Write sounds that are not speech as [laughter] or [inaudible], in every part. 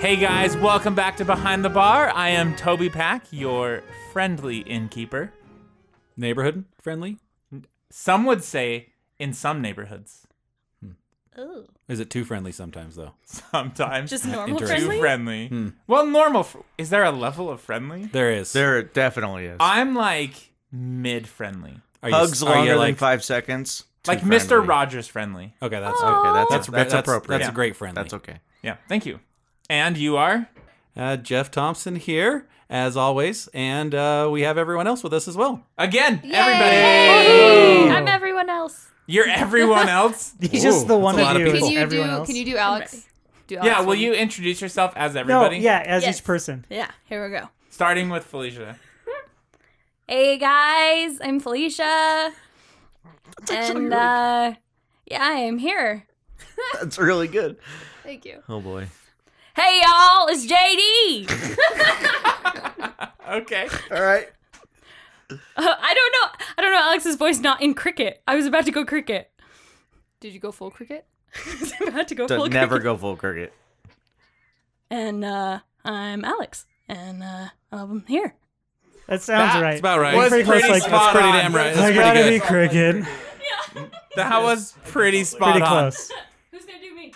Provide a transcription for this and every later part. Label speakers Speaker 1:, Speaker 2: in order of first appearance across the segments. Speaker 1: Hey guys, welcome back to Behind the Bar. I am Toby Pack, your friendly innkeeper.
Speaker 2: Neighborhood friendly?
Speaker 1: Some would say in some neighborhoods, [laughs]
Speaker 3: Ooh.
Speaker 2: Is it too friendly sometimes though?
Speaker 1: sometimes
Speaker 3: Just normal
Speaker 2: interesting.
Speaker 1: too
Speaker 3: friendly?
Speaker 1: friendly. Well, normal. Fr- is there a level of friendly?
Speaker 2: There is.
Speaker 4: There definitely is.
Speaker 1: I'm like mid friendly,
Speaker 2: Are you-
Speaker 4: Hugs
Speaker 2: are you
Speaker 4: longer than
Speaker 2: like-
Speaker 4: five seconds. Too
Speaker 1: like
Speaker 4: friendly.
Speaker 1: Mr. Rogers friendly.
Speaker 2: Okay, that's
Speaker 5: Oh.
Speaker 4: Okay, that's
Speaker 2: That's,
Speaker 4: that's,
Speaker 2: that's appropriate.
Speaker 4: appropriate.
Speaker 2: That's a
Speaker 1: Yeah.
Speaker 2: great friendly.
Speaker 4: That's okay.
Speaker 1: Yeah, thank you. And you are?
Speaker 2: Uh, Jeff Thompson here, as always, and uh, we have everyone else with us as well.
Speaker 1: Again,
Speaker 3: [laughs] Yay!
Speaker 1: everybody.
Speaker 3: I'm everyone else.
Speaker 1: You're everyone else?
Speaker 5: He's just the one
Speaker 2: that's a lot
Speaker 5: of
Speaker 2: of
Speaker 5: you.
Speaker 2: people.
Speaker 6: Can you
Speaker 5: everyone
Speaker 6: do?
Speaker 5: else.
Speaker 6: Can you do Alex?
Speaker 3: Do
Speaker 1: yeah,
Speaker 3: Alex
Speaker 1: will
Speaker 3: for me.
Speaker 1: you introduce yourself as
Speaker 5: no,
Speaker 1: everybody?
Speaker 5: yeah, as
Speaker 6: Yes.
Speaker 5: each person.
Speaker 6: Yeah, here we go.
Speaker 1: Starting with Felicia.
Speaker 3: Hey guys, I'm Felicia. And uh yeah, I am here.
Speaker 4: That's really good.
Speaker 6: Thank you.
Speaker 4: Oh boy.
Speaker 3: Hey y'all, it's
Speaker 6: [laughs]
Speaker 3: JD. [laughs]
Speaker 1: Okay.
Speaker 4: All right.
Speaker 3: Uh, I don't know. I don't know Alex's voice not in cricket. I was about to go cricket.
Speaker 6: Did you go full cricket?
Speaker 3: [laughs] I was about to go full
Speaker 4: Don't never
Speaker 3: cricket.
Speaker 4: go full cricket.
Speaker 3: And uh I'm Alex and uh I'm here.
Speaker 5: That sounds
Speaker 1: That's
Speaker 5: right.
Speaker 2: That's about right.
Speaker 1: Was
Speaker 5: pretty close, like-
Speaker 1: spot
Speaker 2: that's pretty
Speaker 1: on.
Speaker 2: damn right.
Speaker 5: I
Speaker 2: That's
Speaker 5: gotta
Speaker 2: pretty
Speaker 5: be
Speaker 2: good.
Speaker 5: cricket.
Speaker 1: That was pretty spot
Speaker 5: Pretty
Speaker 1: on.
Speaker 5: close.
Speaker 3: Who's going to do me?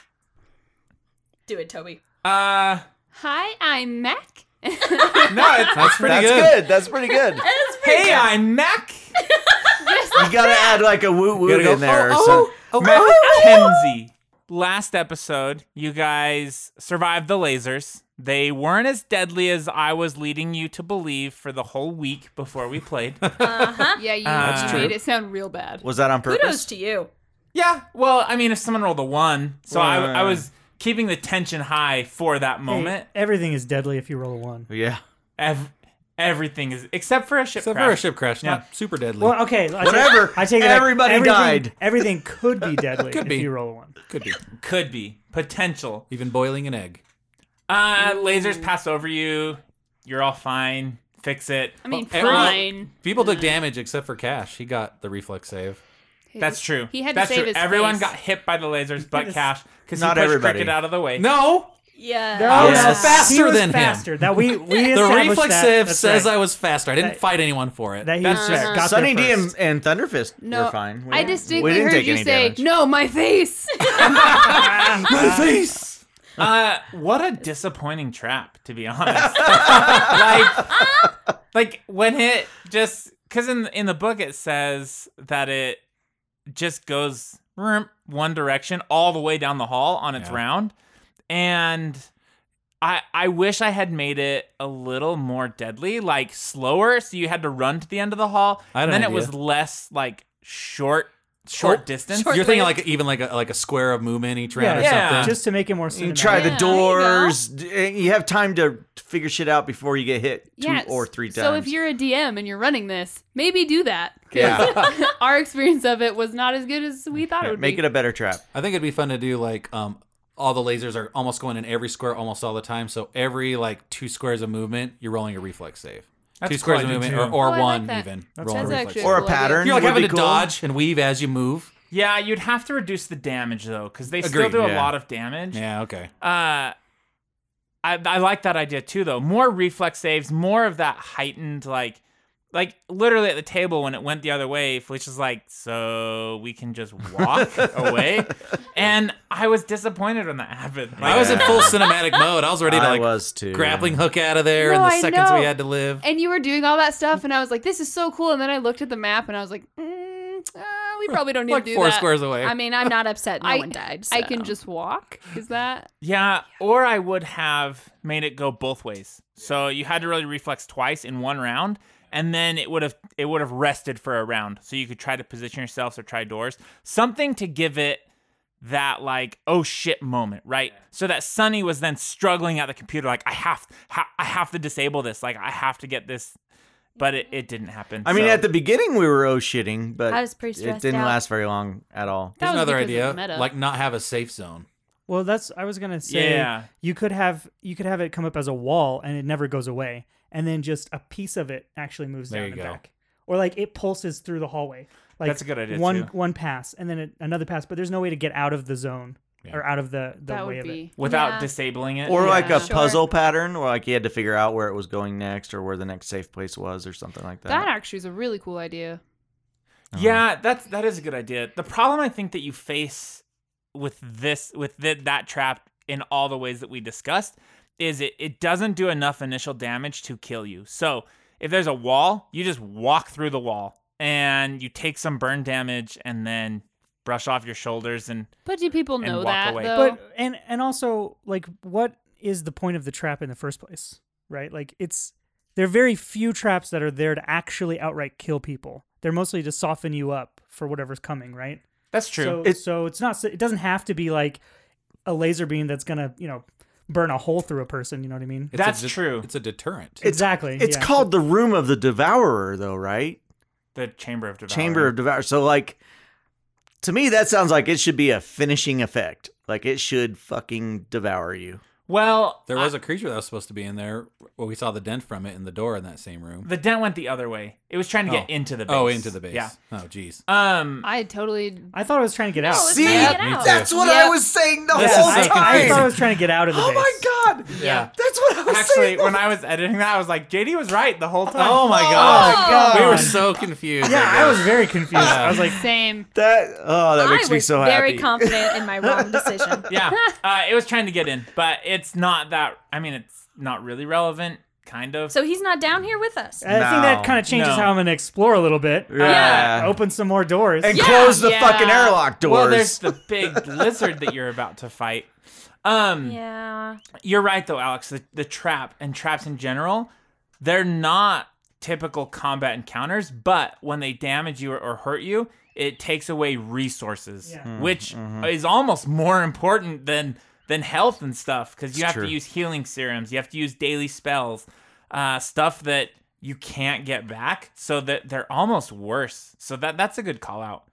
Speaker 3: Do it, Toby.
Speaker 1: Uh,
Speaker 6: Hi, I'm Mac.
Speaker 1: [laughs] no, it's,
Speaker 2: That's [laughs] pretty
Speaker 4: that's
Speaker 2: good.
Speaker 4: good. That's pretty
Speaker 6: [laughs]
Speaker 4: good.
Speaker 1: hey, I'm Mac
Speaker 4: You gotta add like a woo woo
Speaker 2: Gotta
Speaker 4: in
Speaker 2: go,
Speaker 4: there.
Speaker 2: oh,
Speaker 4: so
Speaker 1: Mackenzie. Last episode, you guys survived the lasers. They weren't as deadly as I was leading you to believe for the whole week before we
Speaker 2: [laughs]
Speaker 1: played.
Speaker 6: Yeah, you,
Speaker 1: That's
Speaker 6: you
Speaker 1: Uh, true.
Speaker 6: made it sound real bad.
Speaker 4: was that on purpose?
Speaker 3: Kudos to you.
Speaker 1: yeah, well, I mean, if someone rolled a one, so I,
Speaker 4: Right.
Speaker 1: I was keeping the tension high for that moment.
Speaker 5: Hey, everything is deadly if you roll a one.
Speaker 4: Yeah.
Speaker 1: Ev- everything is except for a ship
Speaker 2: Except
Speaker 1: crash.
Speaker 2: for a ship crash,
Speaker 1: Yeah.
Speaker 2: not super deadly.
Speaker 5: Well, okay. I take-
Speaker 4: Whatever.
Speaker 5: I take it back.
Speaker 4: Everybody
Speaker 5: everything,
Speaker 4: died.
Speaker 5: Everything
Speaker 2: [laughs]
Speaker 5: could be deadly
Speaker 2: Could
Speaker 5: if
Speaker 2: be.
Speaker 5: you roll a one.
Speaker 2: Could be
Speaker 1: could be potential.
Speaker 2: even boiling an egg.
Speaker 1: Uh, lasers pass over you. You're all fine. Fix it.
Speaker 6: I mean,
Speaker 2: everyone-
Speaker 6: fine.
Speaker 2: Eh, People took damage except for Cash. He got the reflex save.
Speaker 1: That's true.
Speaker 6: He had to
Speaker 1: That's
Speaker 6: save
Speaker 1: true.
Speaker 6: his
Speaker 1: Everyone
Speaker 6: face.
Speaker 1: got hit by the lasers, but
Speaker 5: Yes.
Speaker 1: Cash, because he
Speaker 4: Not
Speaker 1: pushed
Speaker 4: everybody.
Speaker 1: Cricket out of the way.
Speaker 2: No,
Speaker 3: Yeah.
Speaker 2: I was
Speaker 5: Yeah.
Speaker 2: faster
Speaker 5: he was
Speaker 2: than him.
Speaker 5: faster. That we we
Speaker 2: the
Speaker 5: established
Speaker 2: reflex
Speaker 5: that.
Speaker 2: save
Speaker 5: That's
Speaker 2: says
Speaker 5: right.
Speaker 2: I was faster. I didn't
Speaker 5: That-
Speaker 2: fight anyone for it.
Speaker 5: that he
Speaker 1: That's
Speaker 5: just
Speaker 1: right.
Speaker 5: got
Speaker 4: Sunny
Speaker 5: there
Speaker 4: D
Speaker 2: [laughs]
Speaker 4: and,
Speaker 5: first.
Speaker 4: and Thunderfist
Speaker 6: No,
Speaker 4: were fine. We
Speaker 6: I
Speaker 4: didn't-
Speaker 6: distinctly
Speaker 4: we didn't
Speaker 6: heard
Speaker 4: take
Speaker 6: you
Speaker 4: any
Speaker 6: say,
Speaker 4: damage.
Speaker 6: "No, my face."
Speaker 2: My face.
Speaker 1: Uh, what a disappointing trap, to be honest. [laughs] like, like when it just because in in the book it says that it just goes vroom, one direction all the way down the hall on its
Speaker 2: Yeah.
Speaker 1: round, and I I wish I had made it a little more deadly, like slower, so you had to run to the end of the hall.
Speaker 2: I had
Speaker 1: and then
Speaker 2: an
Speaker 1: it
Speaker 2: idea.
Speaker 1: was less like short short
Speaker 2: Oh,
Speaker 1: distance.
Speaker 2: You're thinking like even like a like a square of movement each round or
Speaker 1: Yeah.
Speaker 2: something.
Speaker 5: Just to make it more cinematic.
Speaker 4: You try
Speaker 6: Yeah,
Speaker 4: the
Speaker 6: there you go.
Speaker 4: doors. d- and You have time to figure shit out before you get hit two
Speaker 6: Yes.
Speaker 4: or three times.
Speaker 6: So if you're a DM and you're running this, maybe do
Speaker 3: [laughs]
Speaker 6: that. 'Cause [laughs]
Speaker 4: yeah,
Speaker 6: Our experience of it was not as good as we thought it would
Speaker 4: make
Speaker 6: be.
Speaker 4: it a better trap.
Speaker 2: I think it'd be fun to do like um all the lasers are almost going in every square almost all the time. So every like two squares of movement, you're rolling a reflex save.
Speaker 1: That's
Speaker 2: two squares
Speaker 1: cool,
Speaker 2: of
Speaker 1: I do
Speaker 2: movement,
Speaker 1: too.
Speaker 2: or, or
Speaker 6: Oh, I
Speaker 2: one
Speaker 6: like that.
Speaker 2: even.
Speaker 5: That's
Speaker 2: rolling a
Speaker 5: cool.
Speaker 6: That's
Speaker 2: reflex
Speaker 6: actually
Speaker 2: save.
Speaker 6: a
Speaker 4: Or a
Speaker 6: cool idea.
Speaker 4: pattern.
Speaker 2: You're like
Speaker 4: would
Speaker 2: having
Speaker 4: be
Speaker 2: to
Speaker 4: cool.
Speaker 2: dodge and weave as you move.
Speaker 1: Yeah, you'd have to reduce the damage though, because they still
Speaker 2: Agreed,
Speaker 1: do a
Speaker 4: yeah.
Speaker 1: lot of damage.
Speaker 2: Yeah, okay.
Speaker 1: Uh, I, I like that idea too, though. More reflex saves, more of that heightened, like, like literally at the table when it went the other way, Felicia's like, "So we can just walk away," and I was disappointed when that happened. Like,
Speaker 2: I was in full
Speaker 4: [laughs]
Speaker 2: cinematic mode. I was ready to
Speaker 4: I
Speaker 2: like
Speaker 4: was too.
Speaker 2: grappling hook out of there and
Speaker 6: No,
Speaker 2: the
Speaker 6: I
Speaker 2: seconds we
Speaker 6: know.
Speaker 2: had to live.
Speaker 6: and you were doing all that stuff, and I was like, "This is so cool." And then I looked at the map, and I was like, mm, uh, "We probably don't need
Speaker 2: Like
Speaker 6: to do
Speaker 2: four
Speaker 6: that."
Speaker 2: squares away.
Speaker 3: I mean, I'm not upset no
Speaker 6: I-
Speaker 3: one died.
Speaker 6: I
Speaker 3: so.
Speaker 6: can just walk. Is that
Speaker 1: yeah, or I would have made it go both ways. So you had to really reflex twice in one round. And then it would have it would have rested for a round, so you could try to position yourselves or try doors, something to give it that like oh shit moment, right? So that Sunny was then struggling at the computer, like I have ha- I have to disable this, like I have to get this, but it, it didn't happen.
Speaker 4: I mean,
Speaker 1: So-
Speaker 4: at the beginning we were oh shitting, but
Speaker 3: I was pretty
Speaker 4: it
Speaker 3: stressed
Speaker 4: didn't
Speaker 3: out.
Speaker 4: last very long at all.
Speaker 6: that
Speaker 2: Here's
Speaker 6: was
Speaker 2: another
Speaker 6: because
Speaker 2: idea.
Speaker 6: of the meta.
Speaker 2: Like not have a safe zone.
Speaker 5: Well, that's I was gonna say.
Speaker 1: Yeah.
Speaker 5: You could have you could have it come up as a wall and it never goes away, and then just a piece of it actually moves
Speaker 2: There
Speaker 5: down
Speaker 2: you
Speaker 5: and
Speaker 2: go.
Speaker 5: back, or like it pulses through the hallway. Like
Speaker 1: That's a good idea,
Speaker 5: One
Speaker 1: too.
Speaker 5: one pass and then it, another pass, but there's no way to get out of the zone.
Speaker 2: Yeah.
Speaker 5: or out of the, the way
Speaker 6: that would
Speaker 5: of it.
Speaker 6: be
Speaker 1: without
Speaker 6: Yeah.
Speaker 1: disabling it.
Speaker 4: Or
Speaker 6: Yeah.
Speaker 4: like a
Speaker 6: Sure.
Speaker 4: puzzle pattern where like you had to figure out where it was going next or where the next safe place was or something like that.
Speaker 6: That actually is a really cool idea.
Speaker 2: Uh-huh.
Speaker 1: Yeah, that's that is a good idea. The problem I think that you face with this with the, that trap in all the ways that we discussed is it it doesn't do enough initial damage to kill you. So, if there's a wall, you just walk through the wall and you take some burn damage and then brush off your shoulders and
Speaker 6: But do people
Speaker 1: And
Speaker 6: know
Speaker 1: walk
Speaker 6: that
Speaker 1: away.
Speaker 6: though?
Speaker 5: But and and also like what is the point of the trap in the first place? Right? Like it's there are very few traps that are there to actually outright kill people. They're mostly to soften you up for whatever's coming, right?
Speaker 1: That's
Speaker 5: So,
Speaker 4: It-
Speaker 5: so it's not. It doesn't have to be like a laser beam that's gonna, you know, burn a hole through a person. You know what I mean?
Speaker 2: It's a
Speaker 1: That's
Speaker 2: de-
Speaker 1: true.
Speaker 2: It's a deterrent.
Speaker 4: It's-
Speaker 5: exactly.
Speaker 4: It's
Speaker 5: yeah.
Speaker 4: called the Room of the Devourer, though, right?
Speaker 1: the chamber of devour.
Speaker 4: Chamber of Devourer. So, like, to me, that sounds like it should be a finishing effect. Like, it should fucking devour you.
Speaker 1: Well,
Speaker 2: there was a creature that was supposed to be in there. Well, we saw the dent from it in the door in that same room.
Speaker 1: the dent went the other way. It was trying to get
Speaker 2: Oh.
Speaker 1: into the base.
Speaker 2: Oh, into the base.
Speaker 1: Yeah.
Speaker 2: Oh, jeez.
Speaker 1: Um
Speaker 6: I totally.
Speaker 5: I thought I was trying to get out.
Speaker 3: Oh,
Speaker 6: No,
Speaker 4: [laughs]
Speaker 6: it's
Speaker 4: See?
Speaker 6: not
Speaker 2: Me
Speaker 6: get out.
Speaker 2: too.
Speaker 4: That's what I
Speaker 6: Yep.
Speaker 4: was saying the
Speaker 1: This
Speaker 4: whole
Speaker 1: is
Speaker 5: I,
Speaker 1: so
Speaker 5: I
Speaker 4: time.
Speaker 5: thought I was trying to get out of the
Speaker 4: oh
Speaker 5: base.
Speaker 4: my god!
Speaker 1: Yeah.
Speaker 4: that's what [laughs] I was
Speaker 1: actually
Speaker 4: saying. the
Speaker 1: when I was editing that I was like JD was right the whole time.
Speaker 2: Oh my
Speaker 5: God. God.
Speaker 2: We were so confused.
Speaker 5: Yeah, I was very confused. I was like,
Speaker 6: Same.
Speaker 4: That oh, that makes
Speaker 3: I
Speaker 4: me
Speaker 3: was
Speaker 4: so
Speaker 3: very
Speaker 4: happy.
Speaker 3: confident in my wrong decision.
Speaker 1: yeah, uh, it was trying to get in, but it's not that. I mean, it's not really relevant, kind of.
Speaker 3: So he's not down here with us.
Speaker 5: I think that
Speaker 4: No,
Speaker 5: kind of changes
Speaker 1: no.
Speaker 5: how I'm gonna explore a little bit.
Speaker 4: yeah.
Speaker 5: Open some more doors.
Speaker 4: and
Speaker 6: Yeah,
Speaker 4: close the
Speaker 6: yeah.
Speaker 4: fucking airlock doors.
Speaker 1: well, there's the big lizard that you're about to fight. Um,
Speaker 3: Yeah.
Speaker 1: you're right though, Alex. The, the trap and traps in general, they're not typical combat encounters, but when they damage you or, or hurt you, it takes away resources, which is almost more important than than health and stuff because you have
Speaker 4: true.
Speaker 1: to use healing serums, you have to use daily spells, uh, stuff that you can't get back, so that they're almost worse. So that that's a good call out.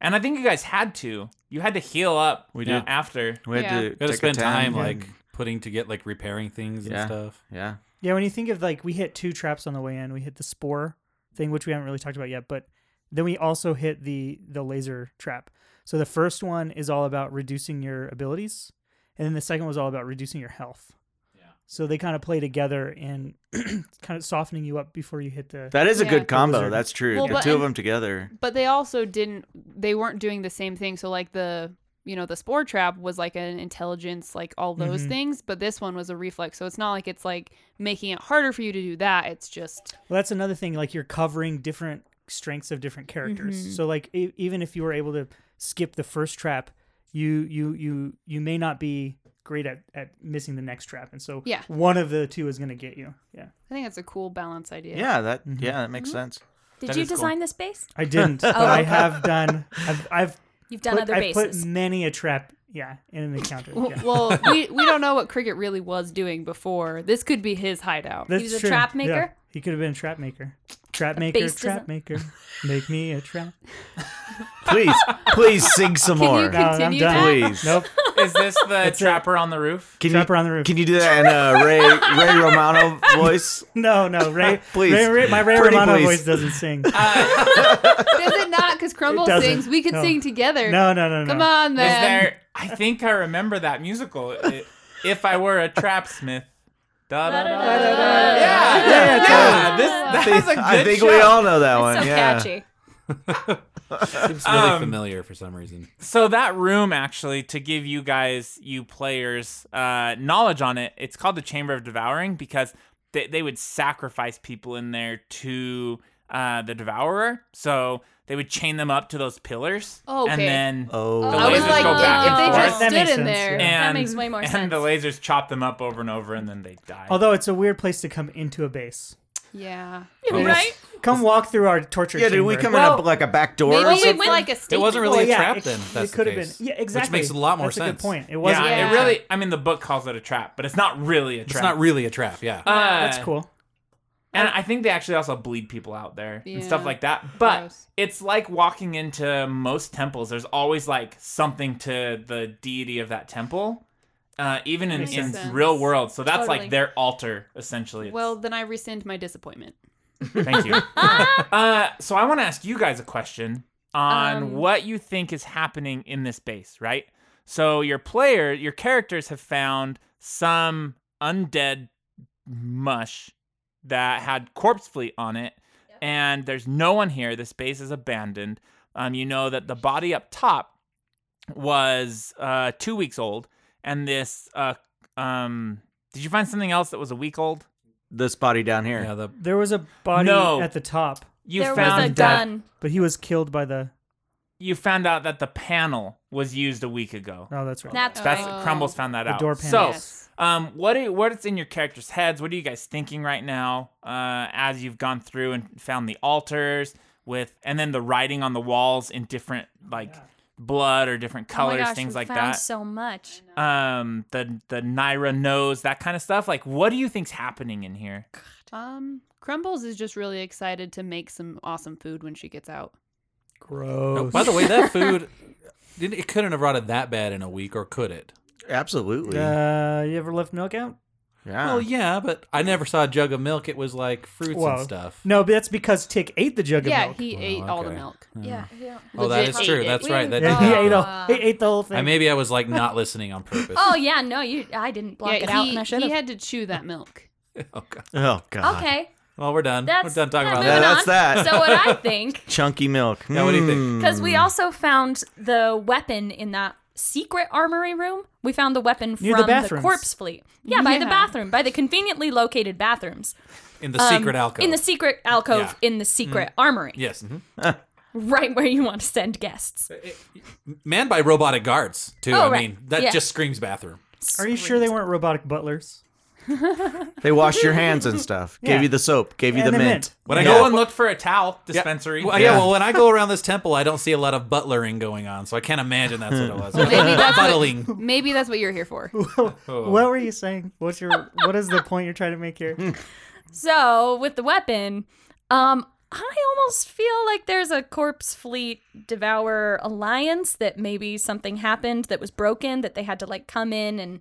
Speaker 1: And I think you guys had to. You had to heal up. We
Speaker 2: did.
Speaker 1: after.
Speaker 4: we had
Speaker 6: Yeah.
Speaker 4: to,
Speaker 6: You
Speaker 2: Gotta
Speaker 4: take a
Speaker 2: spend time
Speaker 4: and-
Speaker 2: like putting to get like repairing things
Speaker 4: Yeah.
Speaker 2: and stuff.
Speaker 4: yeah.
Speaker 5: Yeah, when you think of like we hit two traps on the way in, we hit the spore thing, which we haven't really talked about yet, but then we also hit the the laser trap. So the first one is all about reducing your abilities, and then the second was all about reducing your health. Yeah. So they kind of play together in [clears throat] kind of softening you up before you hit the
Speaker 4: That is a
Speaker 6: Yeah.
Speaker 4: good combo.
Speaker 5: Lizard.
Speaker 4: That's true.
Speaker 6: Well,
Speaker 4: the
Speaker 6: but-
Speaker 4: two of
Speaker 6: and-
Speaker 4: them together.
Speaker 6: But they also didn't. They weren't doing the same thing. So like the you know the spore trap was like an intelligence like all those
Speaker 5: Mhm.
Speaker 6: things but this one was a reflex so it's not like it's like making it harder for you to do that it's just
Speaker 5: Well, that's another thing. Like you're covering different strengths of different characters.
Speaker 3: Mm-hmm.
Speaker 6: Mhm.
Speaker 5: So like e- even if you were able to skip the first trap, you you you you may not be great at at missing the next trap, and so
Speaker 6: Yeah.
Speaker 5: one of the two is going to get you. Yeah,
Speaker 6: i think that's a cool balance idea
Speaker 4: Yeah, that yeah, that makes
Speaker 6: Mm-hmm.
Speaker 4: sense.
Speaker 3: Did
Speaker 1: That
Speaker 3: you
Speaker 1: is cool.
Speaker 3: design this base? [laughs]
Speaker 5: I didn't,
Speaker 3: Oh,
Speaker 5: but I have done. I've I've
Speaker 3: You've done
Speaker 5: put,
Speaker 3: other
Speaker 5: I've
Speaker 3: bases.
Speaker 5: put many a trap. Yeah, in an encounter.
Speaker 6: W-
Speaker 5: Yeah. [laughs]
Speaker 6: well we, we don't know what cricket really was doing before this could be his hideout
Speaker 5: That's
Speaker 3: was a
Speaker 5: true.
Speaker 3: trap
Speaker 5: Yeah.
Speaker 3: maker?
Speaker 5: He could have been a trap maker. Trap maker,
Speaker 3: base
Speaker 5: trap
Speaker 3: design-
Speaker 5: maker, make me
Speaker 3: [laughs]
Speaker 5: a trap.
Speaker 4: Please, please sing some
Speaker 6: [laughs] Can you
Speaker 4: more.
Speaker 6: con-
Speaker 5: No, Oh, I'm
Speaker 6: Continue
Speaker 5: done.
Speaker 4: that? Please.
Speaker 5: Nope.
Speaker 1: Is this the
Speaker 5: it.
Speaker 1: trapper on the roof?
Speaker 4: Can
Speaker 5: Trapper
Speaker 4: you
Speaker 5: on the roof.
Speaker 4: can you do that in a Ray Ray Romano
Speaker 6: [laughs]
Speaker 4: voice?
Speaker 5: No,
Speaker 2: [laughs]
Speaker 5: no, Ray.
Speaker 4: Please.
Speaker 5: Ray, Ray- my Ray
Speaker 4: Pretty
Speaker 5: Romano
Speaker 4: please.
Speaker 5: voice doesn't
Speaker 6: [laughs]
Speaker 5: sing.
Speaker 6: does it
Speaker 5: [laughs]
Speaker 6: not because crumble
Speaker 5: doesn't.
Speaker 6: sings we could
Speaker 5: No.
Speaker 6: sing together
Speaker 5: No, no, no, no.
Speaker 6: come on
Speaker 1: Is
Speaker 6: man
Speaker 1: there? I think I remember that musical. It- if I were a trapsmith. Da, da, da, da,
Speaker 3: Uh,
Speaker 1: da. Yeah,
Speaker 5: Yeah, yeah,
Speaker 1: yeah. This that is a good
Speaker 4: I think
Speaker 1: show.
Speaker 4: we all know that one.
Speaker 3: so
Speaker 4: yeah.
Speaker 3: catchy.
Speaker 2: Seems really
Speaker 1: Um,
Speaker 2: familiar for some reason.
Speaker 1: So that room actually to give you guys, you players, uh, knowledge on it. It's called the Chamber of Devouring because they, they would sacrifice people in there to uh, the devourer. So they would chain them up to those pillars,
Speaker 6: Oh,
Speaker 1: and
Speaker 6: okay.
Speaker 1: then
Speaker 4: Oh,
Speaker 1: The
Speaker 6: I was
Speaker 1: lasers
Speaker 6: like,
Speaker 1: go back
Speaker 6: if
Speaker 1: and
Speaker 6: they
Speaker 1: forth.
Speaker 6: just
Speaker 5: That
Speaker 6: stood
Speaker 5: makes
Speaker 6: in
Speaker 5: sense,
Speaker 6: there,
Speaker 5: yeah.
Speaker 1: and,
Speaker 3: makes way more
Speaker 1: and
Speaker 3: sense.
Speaker 1: the lasers chop them up over and over, and then they die.
Speaker 5: Although it's a weird place to come into a base.
Speaker 6: yeah,
Speaker 2: Oh,
Speaker 3: Right?
Speaker 5: Come walk through our torture
Speaker 4: yeah, did
Speaker 5: chamber.
Speaker 4: we come
Speaker 1: Well,
Speaker 4: in a, like a back door?
Speaker 6: maybe
Speaker 4: or
Speaker 6: it's
Speaker 4: something?
Speaker 6: like a state.
Speaker 2: It wasn't really
Speaker 5: Well,
Speaker 2: a
Speaker 5: yeah,
Speaker 2: trap
Speaker 5: it,
Speaker 2: then. if
Speaker 5: it
Speaker 2: That's the
Speaker 5: could have been.
Speaker 2: case.
Speaker 5: Yeah, exactly.
Speaker 2: Which makes a lot more
Speaker 5: That's
Speaker 2: sense.
Speaker 5: a good point. It
Speaker 1: yeah,
Speaker 5: wasn't.
Speaker 6: Yeah.
Speaker 1: it really. I mean, the book calls it a trap, but it's not really a
Speaker 2: It's
Speaker 1: trap.
Speaker 2: not really a trap. Yeah.
Speaker 1: Uh,
Speaker 5: That's cool.
Speaker 1: And I think they actually also bleed people out there and stuff
Speaker 6: Yeah.
Speaker 1: like that. But
Speaker 6: Gross.
Speaker 1: it's like walking into most temples. There's always like something to the deity of that temple, uh, even in,
Speaker 6: Makes
Speaker 1: in
Speaker 6: sense.
Speaker 1: real world. So that's
Speaker 6: Totally.
Speaker 1: like their altar essentially. It's-
Speaker 6: Well, then I rescind my disappointment.
Speaker 1: thank
Speaker 6: [laughs]
Speaker 1: you. uh, so I want to ask you guys a question on
Speaker 6: Um,
Speaker 1: what you think is happening in this base, right? So your player, your characters have found some undead mush that had corpse fleet on it, and there's no one here. This base is abandoned. Um, you know that the body up top was uh, two weeks old, and this uh, um, did you find something else that was a week old?
Speaker 4: This body down here.
Speaker 2: Yeah, the
Speaker 5: There was a body
Speaker 1: No.
Speaker 5: at the top,
Speaker 1: You
Speaker 6: there
Speaker 1: found
Speaker 6: was a
Speaker 1: that-
Speaker 6: gun.
Speaker 5: but he was killed by the.
Speaker 1: you found out that the panel was used a week ago.
Speaker 5: Oh, that's right.
Speaker 3: That's
Speaker 1: That's
Speaker 6: Oh.
Speaker 1: Crumbles found that
Speaker 5: The
Speaker 1: out.
Speaker 5: door
Speaker 1: So,
Speaker 5: panel.
Speaker 6: Yes.
Speaker 1: um, what are, what's in your characters' heads? What are you guys thinking right now uh, as you've gone through and found the altars with, and then the writing on the walls in different
Speaker 5: Oh,
Speaker 1: like blood or different colors,
Speaker 3: oh my gosh,
Speaker 1: things
Speaker 3: we
Speaker 1: like
Speaker 3: found
Speaker 1: that.
Speaker 3: So much.
Speaker 1: um, the the Naira nose, that kind of stuff. Like, what do you think's happening in here?
Speaker 6: Um, Crumbles is just really excited to make some awesome food when she gets out.
Speaker 2: No,
Speaker 5: Gross.
Speaker 2: by the way, that food didn't, it couldn't have rotted that bad in a week, or could it?
Speaker 4: Absolutely.
Speaker 5: uh, you ever left milk out?
Speaker 3: Uh.
Speaker 4: yeah.
Speaker 2: Well, yeah, but I never saw a jug of milk. It was like fruits
Speaker 5: Whoa.
Speaker 2: and stuff.
Speaker 5: No, but that's because Tick ate the jug
Speaker 6: yeah,
Speaker 5: of milk.
Speaker 6: he
Speaker 2: Oh,
Speaker 6: ate all the
Speaker 2: okay.
Speaker 6: milk.
Speaker 2: Yeah.
Speaker 3: yeah.
Speaker 2: Oh, that
Speaker 6: Legit
Speaker 2: is true.
Speaker 6: ate
Speaker 2: That's
Speaker 6: it.
Speaker 2: right. That did
Speaker 5: Yeah, [laughs] he
Speaker 2: happen.
Speaker 5: ate all.
Speaker 6: Uh,
Speaker 5: He ate the whole thing.
Speaker 2: I, maybe I was like not listening on purpose.
Speaker 3: Oh yeah, no, you. I didn't block it
Speaker 6: yeah,
Speaker 3: out,
Speaker 6: he,
Speaker 3: and I should
Speaker 6: he
Speaker 3: have.
Speaker 6: had to chew that milk.
Speaker 2: [laughs] Oh, God.
Speaker 4: oh god.
Speaker 3: Okay,
Speaker 2: Well, we're done.
Speaker 3: that's
Speaker 2: we're done talking
Speaker 3: yeah,
Speaker 2: about
Speaker 4: Yeah,
Speaker 2: that.
Speaker 3: moving on.
Speaker 4: that's that. Hmm.
Speaker 3: So what I think,
Speaker 4: Chunky milk.
Speaker 2: Yeah, what do you think?
Speaker 3: because we also found the weapon in that secret armory room. We found the weapon
Speaker 5: Near the
Speaker 3: from the,
Speaker 5: bathrooms.
Speaker 3: corpse fleet. Yeah, by the
Speaker 6: Yeah.
Speaker 3: bathroom, by the conveniently located bathrooms.
Speaker 2: In the secret
Speaker 3: Um,
Speaker 2: alcove.
Speaker 3: In the Mm-hmm. secret alcove,
Speaker 2: Yeah. Hmm.
Speaker 3: in the secret armory,
Speaker 2: yes.
Speaker 3: right where you want to send guests.
Speaker 2: Manned by robotic guards, too.
Speaker 3: Oh,
Speaker 2: I
Speaker 3: right.
Speaker 2: mean, that
Speaker 3: Yeah.
Speaker 2: just screams bathroom.
Speaker 5: Are you sure they weren't robotic butlers?
Speaker 4: Mm. They washed your hands and stuff.
Speaker 5: Yeah.
Speaker 4: Gave you the soap. Gave you
Speaker 5: And
Speaker 4: the
Speaker 5: the
Speaker 4: mint.
Speaker 5: mint.
Speaker 2: When I
Speaker 1: No
Speaker 2: go
Speaker 1: one
Speaker 2: and look.
Speaker 1: looked for a towel dispensary.
Speaker 2: Well, yeah. well, when I go around this temple, I don't see a lot of butlering going on, so I can't imagine that's what it was.
Speaker 6: maybe that's what-
Speaker 2: Buttling.
Speaker 6: Maybe that's what you're here for.
Speaker 5: What were you saying? What's your? What is the point you're trying to
Speaker 2: [laughs]
Speaker 5: make here?
Speaker 3: So with the weapon, um, I almost feel like there's a corpse fleet devour alliance that maybe something happened that was broken that they had to like come in and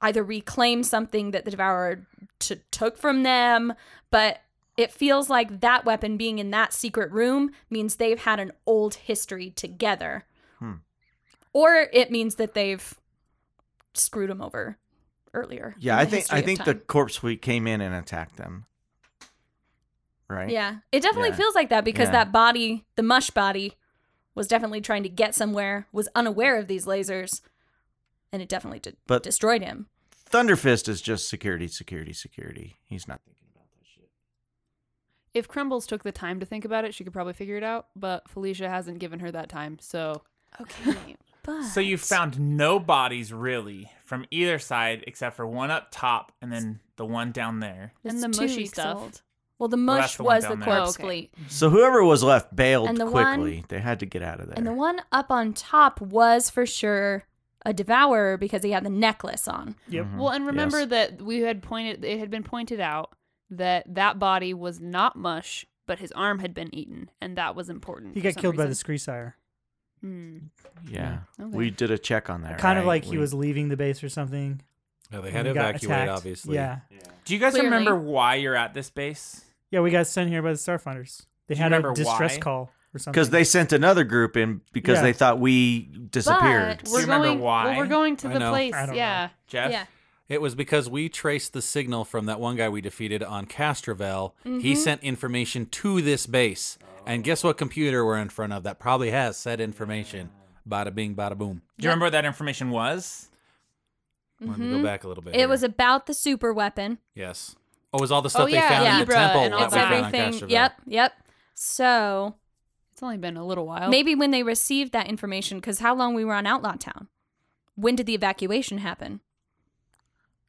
Speaker 3: either reclaim something that the devourer t- took from them, but it feels like that weapon being in that secret room means they've had an old history together.
Speaker 4: Hmm.
Speaker 3: Or it means that they've screwed them over earlier.
Speaker 4: Yeah,
Speaker 3: in
Speaker 4: I
Speaker 3: the
Speaker 4: think
Speaker 3: history
Speaker 4: I
Speaker 3: of
Speaker 4: think
Speaker 3: time.
Speaker 4: the corpse suite came in and attacked them. Right?
Speaker 3: Yeah, it definitely
Speaker 4: Yeah.
Speaker 3: feels like that because
Speaker 4: Yeah.
Speaker 3: that body, the mush body, was definitely trying to get somewhere, was unaware of these lasers, and it definitely de-
Speaker 4: But-
Speaker 3: destroyed him.
Speaker 4: Thunderfist is just security, security, security. He's not thinking about that shit.
Speaker 6: If Crumbles took the time to think about it, she could probably figure it out. But Felicia hasn't given her that time, so
Speaker 3: Okay, [laughs] but
Speaker 1: So you found no bodies really from either side except for one up top and then the one down there.
Speaker 6: and
Speaker 3: It's
Speaker 6: the
Speaker 3: two
Speaker 6: mushy
Speaker 3: weeks
Speaker 6: stuff. Oh,
Speaker 3: old. Well, the
Speaker 1: that's
Speaker 3: mush
Speaker 1: the one
Speaker 3: was the
Speaker 1: down there.
Speaker 3: corpse
Speaker 6: Okay.
Speaker 3: fleet,
Speaker 4: So whoever was left bailed
Speaker 3: And the
Speaker 4: quickly. they had to get out of there.
Speaker 3: and the one up on top was for sure a devourer because he had the necklace on.
Speaker 5: Yep.
Speaker 2: Mm-hmm.
Speaker 4: Mhm.
Speaker 6: Well, and remember
Speaker 4: Yes.
Speaker 6: that we had pointed it had been pointed out that that body was not mush, but his arm had been eaten, and that was important.
Speaker 5: He
Speaker 6: for
Speaker 5: got
Speaker 6: some
Speaker 5: killed by the
Speaker 6: reason.
Speaker 5: Screesire.
Speaker 6: Hmm.
Speaker 4: yeah.
Speaker 6: Okay.
Speaker 4: We did a check on that.
Speaker 5: Kind of
Speaker 4: right?
Speaker 5: like he
Speaker 4: We-
Speaker 5: was leaving the base or something.
Speaker 2: Yeah, they
Speaker 5: and
Speaker 2: had to
Speaker 5: he got
Speaker 2: evacuate,
Speaker 5: attacked.
Speaker 2: obviously.
Speaker 5: Yeah.
Speaker 1: Do you guys
Speaker 6: Clearly.
Speaker 1: remember why you're at this base?
Speaker 5: Yeah, we got sent here by the Starfinders. They
Speaker 1: Do you
Speaker 5: had a
Speaker 1: remember
Speaker 5: distress
Speaker 1: why?
Speaker 5: call or something.
Speaker 4: because they sent another group in because
Speaker 5: Yeah.
Speaker 4: they thought we disappeared.
Speaker 3: But-
Speaker 1: Do you remember
Speaker 6: going,
Speaker 1: why?
Speaker 6: Well, we're going to
Speaker 2: I
Speaker 6: the
Speaker 2: know.
Speaker 6: place.
Speaker 5: I don't
Speaker 6: Yeah.
Speaker 1: Jeff?
Speaker 3: Yeah.
Speaker 2: It was because we traced the signal from that one guy we defeated on Castrovel. He sent information to this base. And guess what computer we're in front of that probably has said information? Bada bing, bada boom.
Speaker 1: Do you remember what that information
Speaker 5: [laughs]
Speaker 1: was?
Speaker 2: Wanted to go back a little bit.
Speaker 3: It was about the super weapon.
Speaker 2: Yes. Oh, it was all the stuff
Speaker 6: Oh,
Speaker 2: they
Speaker 6: yeah,
Speaker 2: found
Speaker 3: yeah.
Speaker 2: in the
Speaker 6: Libra
Speaker 2: temple
Speaker 6: and all
Speaker 2: that
Speaker 3: It's
Speaker 2: we
Speaker 6: that.
Speaker 2: found on
Speaker 3: everything.
Speaker 2: Castrovel.
Speaker 3: Yep, yep. So
Speaker 6: It's only been a little
Speaker 2: Oh.
Speaker 6: while.
Speaker 3: Maybe when they received that information, because how long we were on Outlaw Town? When did the evacuation happen?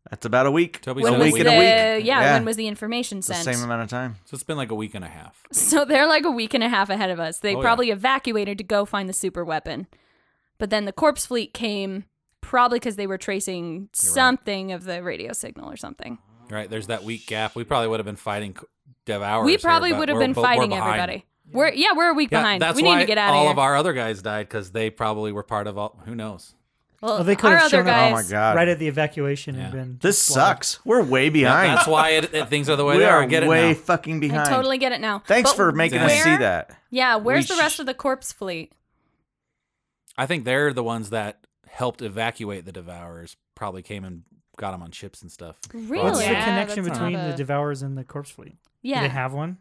Speaker 4: That's about a week.
Speaker 2: Toby
Speaker 3: when
Speaker 2: said
Speaker 4: a
Speaker 2: a
Speaker 3: was
Speaker 4: week
Speaker 2: week.
Speaker 4: and a
Speaker 3: the
Speaker 4: week.
Speaker 3: Yeah, when was the information
Speaker 4: the
Speaker 3: sent?
Speaker 4: same amount of time?
Speaker 2: So it's been like a week and a half.
Speaker 3: so they're like a week and a half ahead of us. They
Speaker 2: Oh, yeah.
Speaker 3: probably evacuated to go find the super weapon, but then the corpse fleet came probably because they were tracing something of the radio signal or something.
Speaker 2: Right. There's that week gap. We probably would have been fighting Devour.
Speaker 3: we probably would have been fighting everybody. We're yeah, we're a week
Speaker 2: Yeah,
Speaker 3: behind.
Speaker 2: that's
Speaker 3: we
Speaker 2: why
Speaker 3: need to get out
Speaker 2: all
Speaker 3: of here.
Speaker 2: of our other guys died because they probably were part of all. Who knows?
Speaker 3: well,
Speaker 5: Oh, they could
Speaker 3: our
Speaker 5: have
Speaker 3: other
Speaker 5: shown up-
Speaker 3: guys.
Speaker 4: Oh my god!
Speaker 5: right at the evacuation and
Speaker 2: Yeah.
Speaker 5: been.
Speaker 4: this
Speaker 5: slaughtered.
Speaker 4: sucks. We're way behind.
Speaker 2: That's why it, it- things are the way
Speaker 4: [laughs] we
Speaker 2: they are.
Speaker 4: are
Speaker 2: I Get it
Speaker 4: way
Speaker 2: now.
Speaker 4: fucking
Speaker 3: I
Speaker 4: behind.
Speaker 3: totally get it now.
Speaker 4: Thanks
Speaker 3: But
Speaker 4: for making us
Speaker 3: where-
Speaker 4: see that.
Speaker 3: Yeah, where's the
Speaker 4: sh-
Speaker 3: rest of the corpse fleet?
Speaker 2: I think they're the ones that helped evacuate the devourers probably came and got them on ships and stuff.
Speaker 3: Really?
Speaker 5: What's
Speaker 6: Oh, Yeah,
Speaker 5: the connection
Speaker 6: that's
Speaker 5: between
Speaker 6: not
Speaker 5: the
Speaker 6: a-
Speaker 5: Devourers and the Corpse Fleet? Do they
Speaker 3: yeah.
Speaker 5: have one?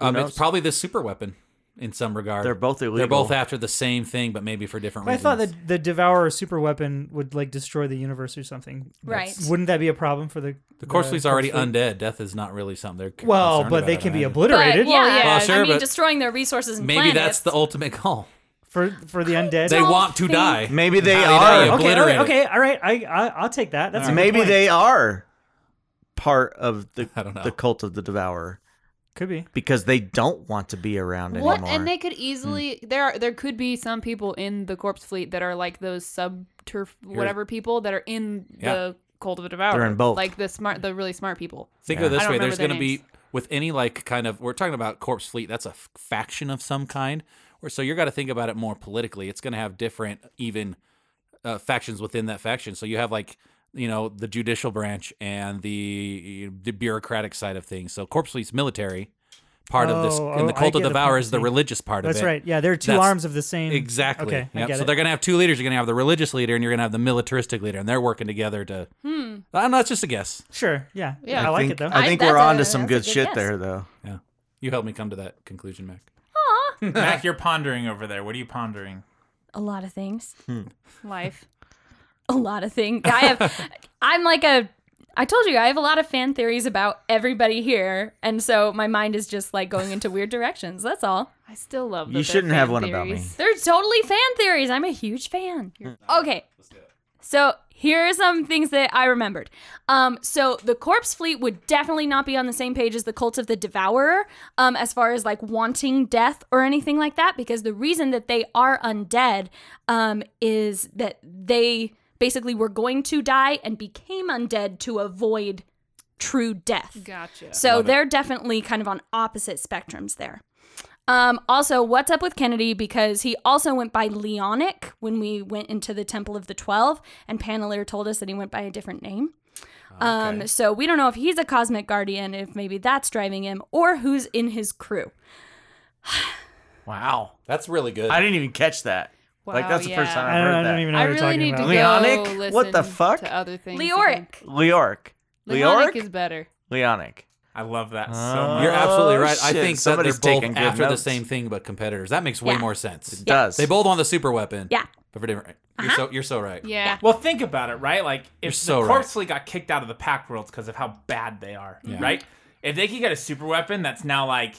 Speaker 4: Who
Speaker 2: Um,
Speaker 4: knows?
Speaker 2: it's probably the super weapon in some regard.
Speaker 4: They're both illegal.
Speaker 2: They're both after the same thing, but maybe for different
Speaker 5: But I
Speaker 2: reasons.
Speaker 5: thought that the Devourer super weapon would like destroy the universe or something.
Speaker 3: Right.
Speaker 5: Wouldn't that be a problem for the
Speaker 2: the Corpse Fleet's already
Speaker 5: Corpse Fleet?
Speaker 2: undead. Death is not really something they're c-
Speaker 5: Well,
Speaker 2: concerned
Speaker 5: but
Speaker 2: about,
Speaker 5: they
Speaker 2: I
Speaker 5: can be
Speaker 2: imagine.
Speaker 5: obliterated
Speaker 3: But yeah,
Speaker 2: Well, sure,
Speaker 3: I mean,
Speaker 2: but
Speaker 3: destroying their resources and
Speaker 2: Maybe that's the ultimate [laughs] goal.
Speaker 5: for for the undead.
Speaker 2: They
Speaker 3: don't
Speaker 2: want to
Speaker 3: think-
Speaker 2: die.
Speaker 4: Maybe they
Speaker 2: How die,
Speaker 4: are.
Speaker 2: you
Speaker 5: okay, all
Speaker 2: obliterate
Speaker 5: right,
Speaker 2: it.
Speaker 5: okay, all right. I, I I'll take that. That's a good
Speaker 4: Maybe
Speaker 5: point.
Speaker 4: they are part of the
Speaker 2: I don't know.
Speaker 4: the cult of the devourer
Speaker 5: could be.
Speaker 4: because they don't want to be around
Speaker 6: What
Speaker 4: anymore.
Speaker 6: and they could easily there are there could be some people in the corpse fleet that are like those sub turf whatever people that are in
Speaker 2: Yeah.
Speaker 6: the cult of the devourer.
Speaker 4: They're in both.
Speaker 6: like the smart the really smart people.
Speaker 2: Think
Speaker 4: Yeah.
Speaker 2: of it
Speaker 6: I
Speaker 2: this
Speaker 6: don't
Speaker 2: way:
Speaker 6: remember
Speaker 2: there's
Speaker 6: their
Speaker 2: going to be
Speaker 6: names.
Speaker 2: with any like kind of we're talking about corpse fleet. That's a f- faction of some kind. Or so you're got to think about it more politically. It's going to have different even uh, factions within that faction. So you have like you know the judicial branch and the the bureaucratic side of things. So corpse fleet's military part of this,
Speaker 5: Oh,
Speaker 2: and the
Speaker 5: oh, I
Speaker 2: cult
Speaker 5: get
Speaker 2: of
Speaker 5: the
Speaker 2: devour
Speaker 5: point
Speaker 2: is the
Speaker 5: you-
Speaker 2: religious part
Speaker 5: That's
Speaker 2: of it.
Speaker 5: right. Yeah, they're two
Speaker 2: That's-
Speaker 5: arms of the same.
Speaker 2: Exactly.
Speaker 5: Okay, I
Speaker 2: Yep.
Speaker 5: get
Speaker 2: So
Speaker 5: it.
Speaker 2: they're gonna have two leaders. You're gonna have the religious leader, and you're gonna have the militaristic leader, and they're working together to.
Speaker 6: Hmm.
Speaker 2: I don't know. It's just a guess.
Speaker 5: sure. Yeah.
Speaker 6: Yeah.
Speaker 5: I, like
Speaker 4: think,
Speaker 5: it though.
Speaker 4: I
Speaker 3: I-
Speaker 4: think
Speaker 3: that's
Speaker 4: we're on to
Speaker 3: a-
Speaker 4: some
Speaker 3: that's a
Speaker 4: good
Speaker 3: good
Speaker 4: shit
Speaker 3: guess.
Speaker 4: there, though.
Speaker 2: Yeah, you helped me come to that conclusion, Mac.
Speaker 1: Mac, you're pondering over there. What are you pondering?
Speaker 3: a lot of things.
Speaker 6: Life.
Speaker 3: [laughs] a lot of things. I have, I'm like a, I told you I have a lot of fan theories about everybody here, and so my mind is just like going into weird directions. That's all.
Speaker 6: I still love. That
Speaker 4: You
Speaker 6: they're
Speaker 4: shouldn't have
Speaker 6: fan
Speaker 4: one about me.
Speaker 3: [laughs]
Speaker 6: theories.
Speaker 3: They're totally fan theories. I'm a huge fan. Okay. So here are some things that I remembered. Um, so the corpse fleet would definitely not be on the same page as the cult of the devourer, um, as far as like wanting death or anything like that, because the reason that they are undead um, is that they basically were going to die and became undead to avoid true death.
Speaker 6: [laughs] Gotcha.
Speaker 3: So they're definitely kind of on opposite spectrums there. Um, also, what's up with Kennedy? Because he also went by Leonic when we went into the Temple of the Twelve, and Panelier told us that he went by a different name. Um, so we don't know if he's a cosmic guardian, if maybe that's driving him, or who's in his crew.
Speaker 4: Wow,
Speaker 2: That's really good.
Speaker 4: I didn't even catch that. like
Speaker 6: Wow,
Speaker 4: that's the first
Speaker 6: yeah.
Speaker 4: time
Speaker 5: I
Speaker 4: I've
Speaker 5: don't,
Speaker 4: heard
Speaker 5: I
Speaker 4: that.
Speaker 5: don't even know
Speaker 6: I
Speaker 5: what you're
Speaker 6: really
Speaker 5: talking
Speaker 6: need to
Speaker 5: about.
Speaker 6: go
Speaker 4: Leonic? What the
Speaker 6: listen
Speaker 4: fuck?
Speaker 6: To other things. again.
Speaker 3: Leoric.
Speaker 4: Leoric.
Speaker 6: Leoric
Speaker 4: Leoric?
Speaker 6: is better.
Speaker 4: Leonic.
Speaker 1: I love that
Speaker 5: Uh,
Speaker 1: so
Speaker 4: Oh.
Speaker 1: much.
Speaker 2: You're absolutely right. I
Speaker 4: shit.
Speaker 2: think
Speaker 4: Somebody's
Speaker 2: that they're
Speaker 4: taking
Speaker 2: both
Speaker 4: good
Speaker 2: after
Speaker 4: notes.
Speaker 2: the same thing, but competitors. That makes way
Speaker 3: Yeah.
Speaker 2: more sense.
Speaker 4: Does
Speaker 2: They both want the super weapon.
Speaker 3: Yeah.
Speaker 2: But for different. You're so you're so right.
Speaker 6: Yeah.
Speaker 1: Well, think about it, right? Like, if
Speaker 2: so
Speaker 1: the
Speaker 2: right.
Speaker 1: Corpse Fleet got kicked out of the Pack Worlds because of how bad they are, right? If they could get a super weapon that's now like,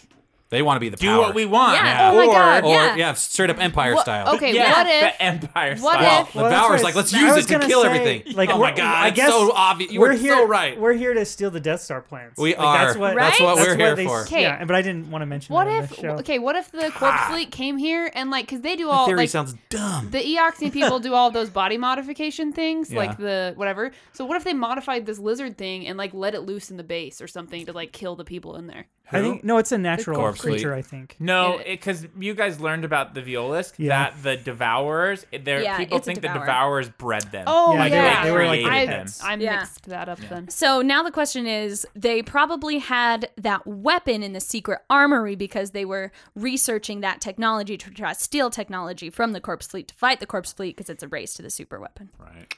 Speaker 2: They want to be the
Speaker 1: do
Speaker 2: power.
Speaker 1: what we want.
Speaker 3: Yeah. Oh
Speaker 1: Or,
Speaker 3: my God.
Speaker 2: Or
Speaker 3: Yeah.
Speaker 2: yeah, straight up empire
Speaker 6: What-
Speaker 2: style. [laughs]
Speaker 6: okay,
Speaker 1: yeah,
Speaker 6: what if?
Speaker 1: the Empire
Speaker 6: what
Speaker 1: style.
Speaker 6: if-
Speaker 2: The
Speaker 5: Well, that's
Speaker 2: Bauer's
Speaker 5: right.
Speaker 2: like, let's
Speaker 5: I
Speaker 2: use
Speaker 5: was
Speaker 2: it to
Speaker 5: gonna
Speaker 2: kill
Speaker 5: say,
Speaker 2: everything.
Speaker 5: Like,
Speaker 2: oh
Speaker 5: we're-
Speaker 2: my god,
Speaker 5: I
Speaker 2: it's
Speaker 5: guess
Speaker 2: so obvious. You
Speaker 5: we're
Speaker 2: were
Speaker 5: here,
Speaker 2: so right.
Speaker 5: We're here to steal the Death Star plans.
Speaker 2: We
Speaker 5: Like,
Speaker 2: are.
Speaker 5: That's what,
Speaker 2: That's what
Speaker 5: that's
Speaker 2: we're here
Speaker 5: they-
Speaker 2: for.
Speaker 6: Okay.
Speaker 5: Yeah, but I didn't want to mention
Speaker 6: What
Speaker 5: that on
Speaker 6: if?
Speaker 5: the show.
Speaker 6: Okay. What if the
Speaker 4: Ah.
Speaker 6: corpse fleet came here and like, cause they do all
Speaker 2: Theory
Speaker 6: like
Speaker 2: sounds dumb.
Speaker 6: the Eoxine people do all those body modification things,
Speaker 2: Yeah.
Speaker 6: like the whatever. So what if they modified this lizard thing and like let it loose in the base or something to like kill the people in there?
Speaker 5: I think no, it's a natural
Speaker 2: Corpse Fleet.
Speaker 5: creature. I think.
Speaker 1: No,
Speaker 6: It-
Speaker 1: because you guys learned about the Violisk
Speaker 5: Yeah.
Speaker 1: that the devourers, there
Speaker 3: Yeah,
Speaker 1: people
Speaker 3: it's a
Speaker 1: think the
Speaker 3: devourer.
Speaker 1: devourers bred them.
Speaker 6: Oh
Speaker 5: Yeah,
Speaker 6: yeah,
Speaker 5: they were- they were, like,
Speaker 6: I,
Speaker 1: pets.
Speaker 6: I
Speaker 3: Yeah.
Speaker 6: mixed that up then.
Speaker 3: So now the question is they probably had that weapon in the secret armory because they were researching that technology to try to steal technology from the corpse fleet to fight the corpse fleet because it's a race to the super weapon.
Speaker 2: Right.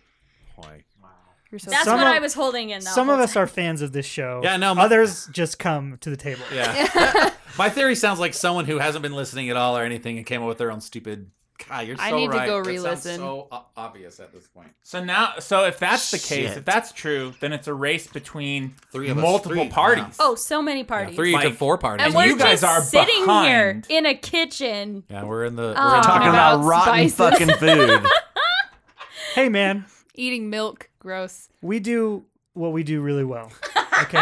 Speaker 2: Like,
Speaker 6: You're so
Speaker 3: That's
Speaker 5: Some
Speaker 3: what
Speaker 5: of-
Speaker 3: I was holding in. the
Speaker 5: Some
Speaker 3: whole
Speaker 5: of us
Speaker 3: time.
Speaker 5: are fans of this show.
Speaker 2: Yeah, no, my-
Speaker 5: Others just come to the table.
Speaker 2: Yeah. My theory sounds like someone who hasn't been listening at all or anything and came up with their own stupid. God, you're so
Speaker 6: I need to
Speaker 2: right.
Speaker 6: go
Speaker 2: That sounds
Speaker 6: re-listen.
Speaker 2: So o- obvious at this point.
Speaker 1: So now, so if that's the case,
Speaker 4: Shit.
Speaker 1: if that's true, then it's a race between
Speaker 2: Three of us.
Speaker 1: multiple
Speaker 2: Three.
Speaker 1: parties.
Speaker 3: Oh, so many parties.
Speaker 2: three to
Speaker 1: Like-
Speaker 2: four parties.
Speaker 1: and
Speaker 3: and we're
Speaker 1: you guys
Speaker 3: just
Speaker 1: are
Speaker 3: sitting here
Speaker 1: behind.
Speaker 3: in a kitchen.
Speaker 2: yeah, we're in the.
Speaker 3: Oh.
Speaker 2: We're in
Speaker 4: talking
Speaker 2: talking about.
Speaker 4: about,
Speaker 6: about
Speaker 4: rotten
Speaker 6: spices.
Speaker 4: fucking food.
Speaker 5: Hey, man,
Speaker 6: eating milk, gross.
Speaker 5: we do what we do really well.
Speaker 6: [laughs]
Speaker 5: Okay.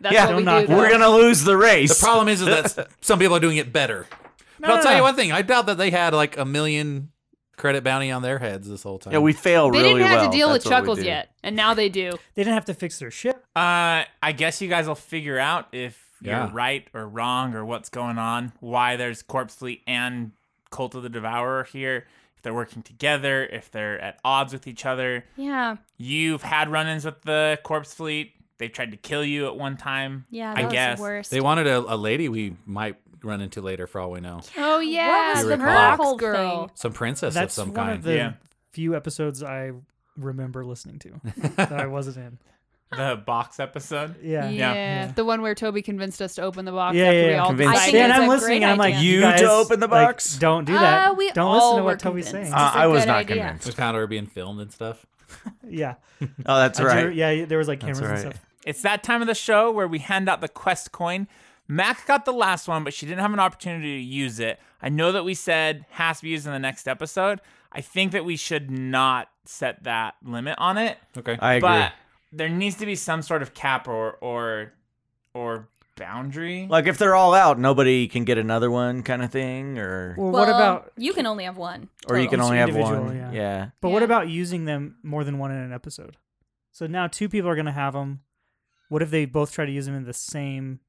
Speaker 6: That's
Speaker 4: Yeah,
Speaker 6: what
Speaker 5: don't
Speaker 6: we
Speaker 5: knock-
Speaker 6: do.
Speaker 4: [laughs]
Speaker 6: though.
Speaker 4: We're gonna lose the race.
Speaker 2: The problem is, is
Speaker 5: [laughs]
Speaker 2: that s- some people are doing it better. But
Speaker 5: No,
Speaker 2: I'll
Speaker 5: no,
Speaker 2: tell you
Speaker 5: no.
Speaker 2: one thing: I doubt that they had like a million credit bounty on their heads this whole time.
Speaker 4: yeah, we fail
Speaker 6: They
Speaker 4: really
Speaker 6: didn't have
Speaker 4: well.
Speaker 6: to deal
Speaker 4: That's
Speaker 6: with
Speaker 4: what we
Speaker 6: chuckles
Speaker 4: do.
Speaker 6: yet, and now they do.
Speaker 5: They didn't have to fix their ship.
Speaker 1: Uh, I guess you guys will figure out if
Speaker 2: Yeah.
Speaker 1: you're right or wrong or what's going on, why there's Corpse Fleet and Cult of the Devourer here, if they're working together, if they're at odds with each other.
Speaker 3: Yeah.
Speaker 1: You've had run-ins with the Corpse Fleet. They tried to kill you at one time.
Speaker 3: Yeah. That
Speaker 1: I
Speaker 3: was
Speaker 1: guess.
Speaker 3: the worst.
Speaker 2: They wanted a, a lady we might run into later, for all we know,
Speaker 6: Oh yeah,
Speaker 3: was
Speaker 2: You
Speaker 6: the
Speaker 2: recall?
Speaker 6: box girl.
Speaker 2: some princess
Speaker 5: That's
Speaker 2: of some
Speaker 5: one
Speaker 2: kind.
Speaker 5: of the
Speaker 1: Yeah.
Speaker 5: few episodes I remember
Speaker 2: [laughs]
Speaker 5: listening to that I wasn't in.
Speaker 1: The box episode.
Speaker 5: Yeah.
Speaker 1: Yeah.
Speaker 5: Yeah.
Speaker 6: The one where Toby convinced us to open the box
Speaker 5: Yeah,
Speaker 6: after
Speaker 5: yeah,
Speaker 6: we
Speaker 5: yeah.
Speaker 6: all
Speaker 4: Convinced.
Speaker 6: decided.
Speaker 3: I think
Speaker 5: Yeah, and
Speaker 3: it's
Speaker 5: I'm
Speaker 3: a
Speaker 5: listening
Speaker 3: great
Speaker 5: and I'm like,
Speaker 3: idea.
Speaker 4: You
Speaker 5: guys,
Speaker 4: to open the
Speaker 5: like,
Speaker 4: box?
Speaker 5: don't do that.
Speaker 6: Uh, we
Speaker 5: don't
Speaker 6: all
Speaker 5: listen to
Speaker 6: were
Speaker 5: what Toby's
Speaker 6: convinced.
Speaker 5: saying.
Speaker 6: Uh,
Speaker 4: Uh,
Speaker 6: It's a
Speaker 4: I was
Speaker 6: good
Speaker 4: not
Speaker 6: idea.
Speaker 4: convinced.
Speaker 2: We found her being filmed and stuff.
Speaker 5: yeah.
Speaker 4: [laughs] Oh, that's
Speaker 5: I do-
Speaker 4: right.
Speaker 5: yeah, there was like
Speaker 4: That's
Speaker 5: cameras and
Speaker 4: right.
Speaker 5: stuff.
Speaker 1: It's that time of the show where we hand out the quest coin. Mac got the last one, but she didn't have an opportunity to use it. I know that we said has to be used in the next episode. I think that we should not set that limit on it,
Speaker 2: Okay.
Speaker 4: I agree.
Speaker 1: but there needs to be some sort of cap or or or boundary.
Speaker 4: like if they're all out, nobody can get another one, kind of thing, or
Speaker 5: Well,
Speaker 3: Well,
Speaker 5: what about
Speaker 3: you can only have one.
Speaker 4: or you
Speaker 3: total.
Speaker 4: can
Speaker 5: Each
Speaker 4: only have
Speaker 5: individual,
Speaker 4: one.
Speaker 5: yeah.
Speaker 4: yeah.
Speaker 5: but what
Speaker 6: Yeah.
Speaker 5: about using them more than one in an episode? So now two people are going to have them. What if they both try to use them in the same?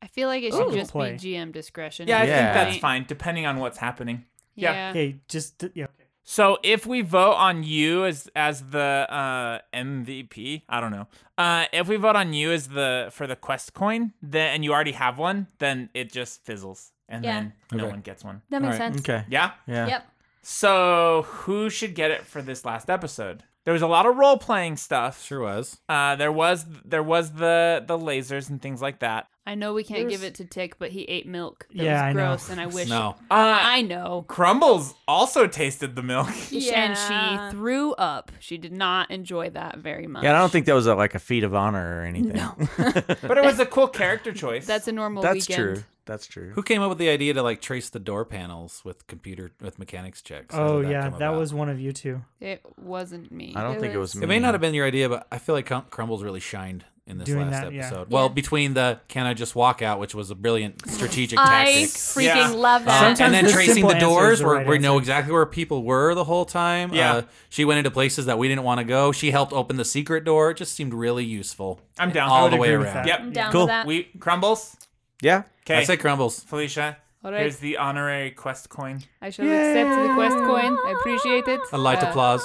Speaker 6: I feel like it
Speaker 5: Ooh.
Speaker 4: Oh,
Speaker 6: should just be
Speaker 5: Play.
Speaker 6: GM discretion.
Speaker 1: Yeah, I
Speaker 4: Yeah.
Speaker 1: think that's fine, depending on what's happening. Yeah.
Speaker 6: Yeah.
Speaker 5: Hey, just yeah.
Speaker 1: So if we vote on you as as the uh, MVP, I don't know. Uh, if we vote on you as the for the quest coin, then and you already have one, then it just fizzles, and
Speaker 3: Yeah.
Speaker 1: then no
Speaker 2: Okay.
Speaker 1: one gets one.
Speaker 3: That makes
Speaker 2: All right.
Speaker 3: sense.
Speaker 4: Okay.
Speaker 1: Yeah.
Speaker 4: Yeah.
Speaker 3: Yep.
Speaker 1: So who should get it for this last episode? There was a lot of role playing stuff.
Speaker 2: Sure was.
Speaker 1: Uh, there was there was the the lasers and things like that.
Speaker 6: I know we can't give
Speaker 5: There's-
Speaker 6: it to Tick, but he ate milk. That
Speaker 5: Yeah, I
Speaker 6: was
Speaker 5: know.
Speaker 6: gross, and I wish.
Speaker 2: No.
Speaker 1: Uh,
Speaker 6: I know.
Speaker 1: Crumbles also tasted the milk. [laughs]
Speaker 6: And
Speaker 3: Yeah.
Speaker 6: she threw up. She did not enjoy that very much.
Speaker 4: Yeah, I don't think that was a, like a feat of honor or
Speaker 6: [laughs]
Speaker 4: anything.
Speaker 1: But it was a cool
Speaker 3: [laughs]
Speaker 1: character choice.
Speaker 6: that's a normal
Speaker 4: That's
Speaker 6: weekend.
Speaker 4: true. That's true.
Speaker 2: Who came up with the idea to like trace the door panels with computer with mechanics checks? How
Speaker 5: Oh
Speaker 2: did
Speaker 5: yeah,
Speaker 2: come
Speaker 5: that
Speaker 2: about?
Speaker 5: was one of you two.
Speaker 6: It wasn't me.
Speaker 4: I don't
Speaker 3: It
Speaker 4: think it
Speaker 3: was-
Speaker 4: was.
Speaker 2: It may not have been your idea, but I feel like Crum- Crumbles really shined in this
Speaker 5: Doing
Speaker 2: last
Speaker 5: that, yeah.
Speaker 2: episode. Well,
Speaker 3: Yeah.
Speaker 2: between the "Can I just walk out," which was a brilliant strategic
Speaker 3: I
Speaker 2: tactic,
Speaker 3: freaking
Speaker 1: Yeah.
Speaker 3: love
Speaker 2: Uh,
Speaker 3: that.
Speaker 5: Sometimes
Speaker 2: and then
Speaker 5: the
Speaker 2: tracing
Speaker 5: simple
Speaker 2: the
Speaker 5: answer is
Speaker 2: doors
Speaker 5: the
Speaker 2: where
Speaker 5: right
Speaker 2: we know
Speaker 5: answer.
Speaker 2: exactly where people were the whole time.
Speaker 1: Yeah.
Speaker 2: Uh, she went into places that we didn't want to go. She helped open the secret door. It just seemed really useful.
Speaker 1: I'm down. I
Speaker 2: All
Speaker 1: would
Speaker 2: the way
Speaker 5: agree
Speaker 2: around.
Speaker 5: with that.
Speaker 1: Yep.
Speaker 3: I'm down
Speaker 4: Cool.
Speaker 3: with that.
Speaker 1: We crumbles.
Speaker 4: Yeah.
Speaker 2: I
Speaker 1: Okay.
Speaker 2: say Crumbles.
Speaker 1: Felicia,
Speaker 6: All right.
Speaker 1: here's the honorary quest coin.
Speaker 6: I shall accept the quest coin. I appreciate it.
Speaker 2: A light
Speaker 6: Uh,
Speaker 2: applause.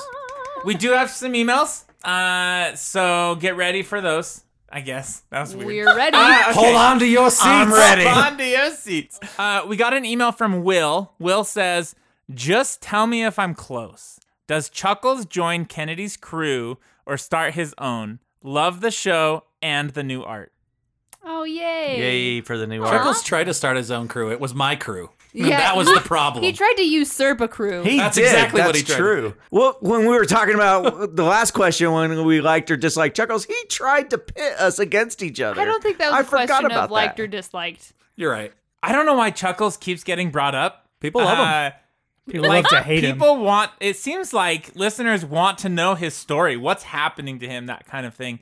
Speaker 1: We do have some emails, uh, so get ready for those. I guess that was weird.
Speaker 6: We're ready.
Speaker 4: Ah!
Speaker 2: Hold on to your seats.
Speaker 1: I'm ready. [laughs] On to your seats. Uh, we got an email from Will. Will says, "Just tell me if I'm close. Does Chuckles join Kennedy's crew or start his own? Love the show and the new art."
Speaker 6: Oh yay!
Speaker 4: Yay for the new arc.
Speaker 2: Chuckles tried to start his own crew. It was my crew.
Speaker 6: Yeah,
Speaker 2: that was
Speaker 6: he-
Speaker 2: the problem.
Speaker 6: [laughs] He tried to usurp a crew.
Speaker 4: He
Speaker 2: That's
Speaker 4: did.
Speaker 2: exactly
Speaker 4: That's
Speaker 2: what he tried to
Speaker 4: true. Well, when we were talking about [laughs] the last question, when we liked or disliked Chuckles, he tried to pit us against each other.
Speaker 6: I don't think that was
Speaker 4: I
Speaker 6: a
Speaker 4: forgot
Speaker 6: question
Speaker 4: about
Speaker 6: of liked
Speaker 4: that.
Speaker 6: or disliked.
Speaker 2: You're right.
Speaker 1: I don't know why Chuckles keeps getting brought up.
Speaker 2: People love him.
Speaker 1: Uh,
Speaker 5: People
Speaker 1: like
Speaker 5: love to hate him.
Speaker 1: people want it seems like listeners want to know his story what's happening to him that kind of thing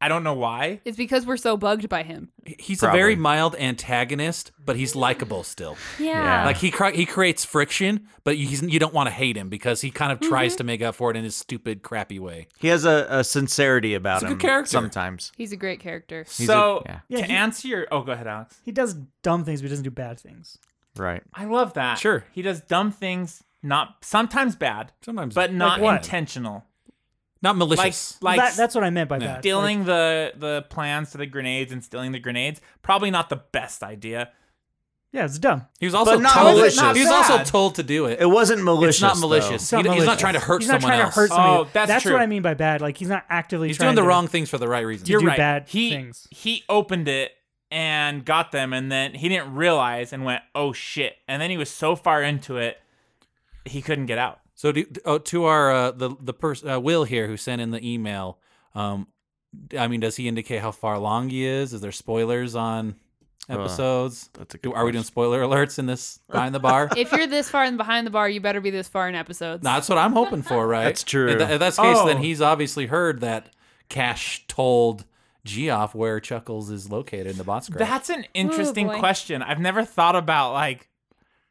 Speaker 1: i don't know why
Speaker 6: It's because we're so bugged by him.
Speaker 2: He's a
Speaker 4: Probably.
Speaker 2: very mild antagonist, but he's likable still.
Speaker 3: Yeah.
Speaker 2: Like he cr- he creates friction, but he's, you don't want to hate him because he kind of tries to make up for it in his stupid, crappy way.
Speaker 4: He has a, a sincerity about
Speaker 2: He's a
Speaker 4: him
Speaker 2: good character.
Speaker 4: sometimes.
Speaker 6: He's a great character.
Speaker 4: a-
Speaker 1: so
Speaker 4: yeah.
Speaker 5: Yeah,
Speaker 1: to
Speaker 5: he-
Speaker 1: answer your oh go ahead alex
Speaker 5: He does dumb things, but he doesn't do bad things.
Speaker 4: Right.
Speaker 1: i love that
Speaker 2: Sure.
Speaker 1: he does dumb things not sometimes bad
Speaker 2: Sometimes,
Speaker 1: but not
Speaker 5: what?
Speaker 1: intentional
Speaker 2: not
Speaker 1: like
Speaker 2: malicious.
Speaker 1: like
Speaker 5: that, that's what I meant by
Speaker 2: Yeah.
Speaker 5: that.
Speaker 1: stealing the the plans to the grenades and stealing the grenades probably not the best idea
Speaker 5: Yeah, it's dumb.
Speaker 2: he was also
Speaker 4: but not
Speaker 2: told,
Speaker 4: malicious.
Speaker 2: he was also
Speaker 1: Bad.
Speaker 2: told to do it.
Speaker 4: It wasn't malicious.
Speaker 2: it's not
Speaker 4: though.
Speaker 2: malicious.
Speaker 5: It's
Speaker 2: He- he's not
Speaker 5: malicious.
Speaker 2: trying to hurt
Speaker 5: He's not
Speaker 2: someone
Speaker 5: trying
Speaker 2: else.
Speaker 5: to hurt somebody.
Speaker 1: Oh, that's true.
Speaker 5: what I mean by bad. Like he's not actively
Speaker 2: he's
Speaker 5: trying
Speaker 2: doing the
Speaker 5: to-
Speaker 2: wrong things for the right reasons.
Speaker 1: You're
Speaker 5: do
Speaker 1: right.
Speaker 5: bad
Speaker 1: he,
Speaker 5: things.
Speaker 1: He opened it and got them, and then he didn't realize and went, "Oh shit!" And then he was so far into it, he couldn't get out.
Speaker 2: So do, oh, to our uh, the the person uh, Will here who sent in the email. Um, I mean, does he indicate how far along he is? Is there spoilers on episodes?
Speaker 4: That's a good
Speaker 2: do, are we doing
Speaker 4: question.
Speaker 2: spoiler alerts in this behind the bar?
Speaker 6: If you're this far in behind the bar, you better be this far in episodes.
Speaker 2: No, that's what I'm hoping for, right?
Speaker 4: That's true.
Speaker 2: If, tha- if that's the case, then
Speaker 1: Oh.
Speaker 2: he's obviously heard that Cash told Geoff where Chuckles is located in the bot scrap.
Speaker 1: That's an interesting
Speaker 3: boy.
Speaker 1: question. I've never thought about like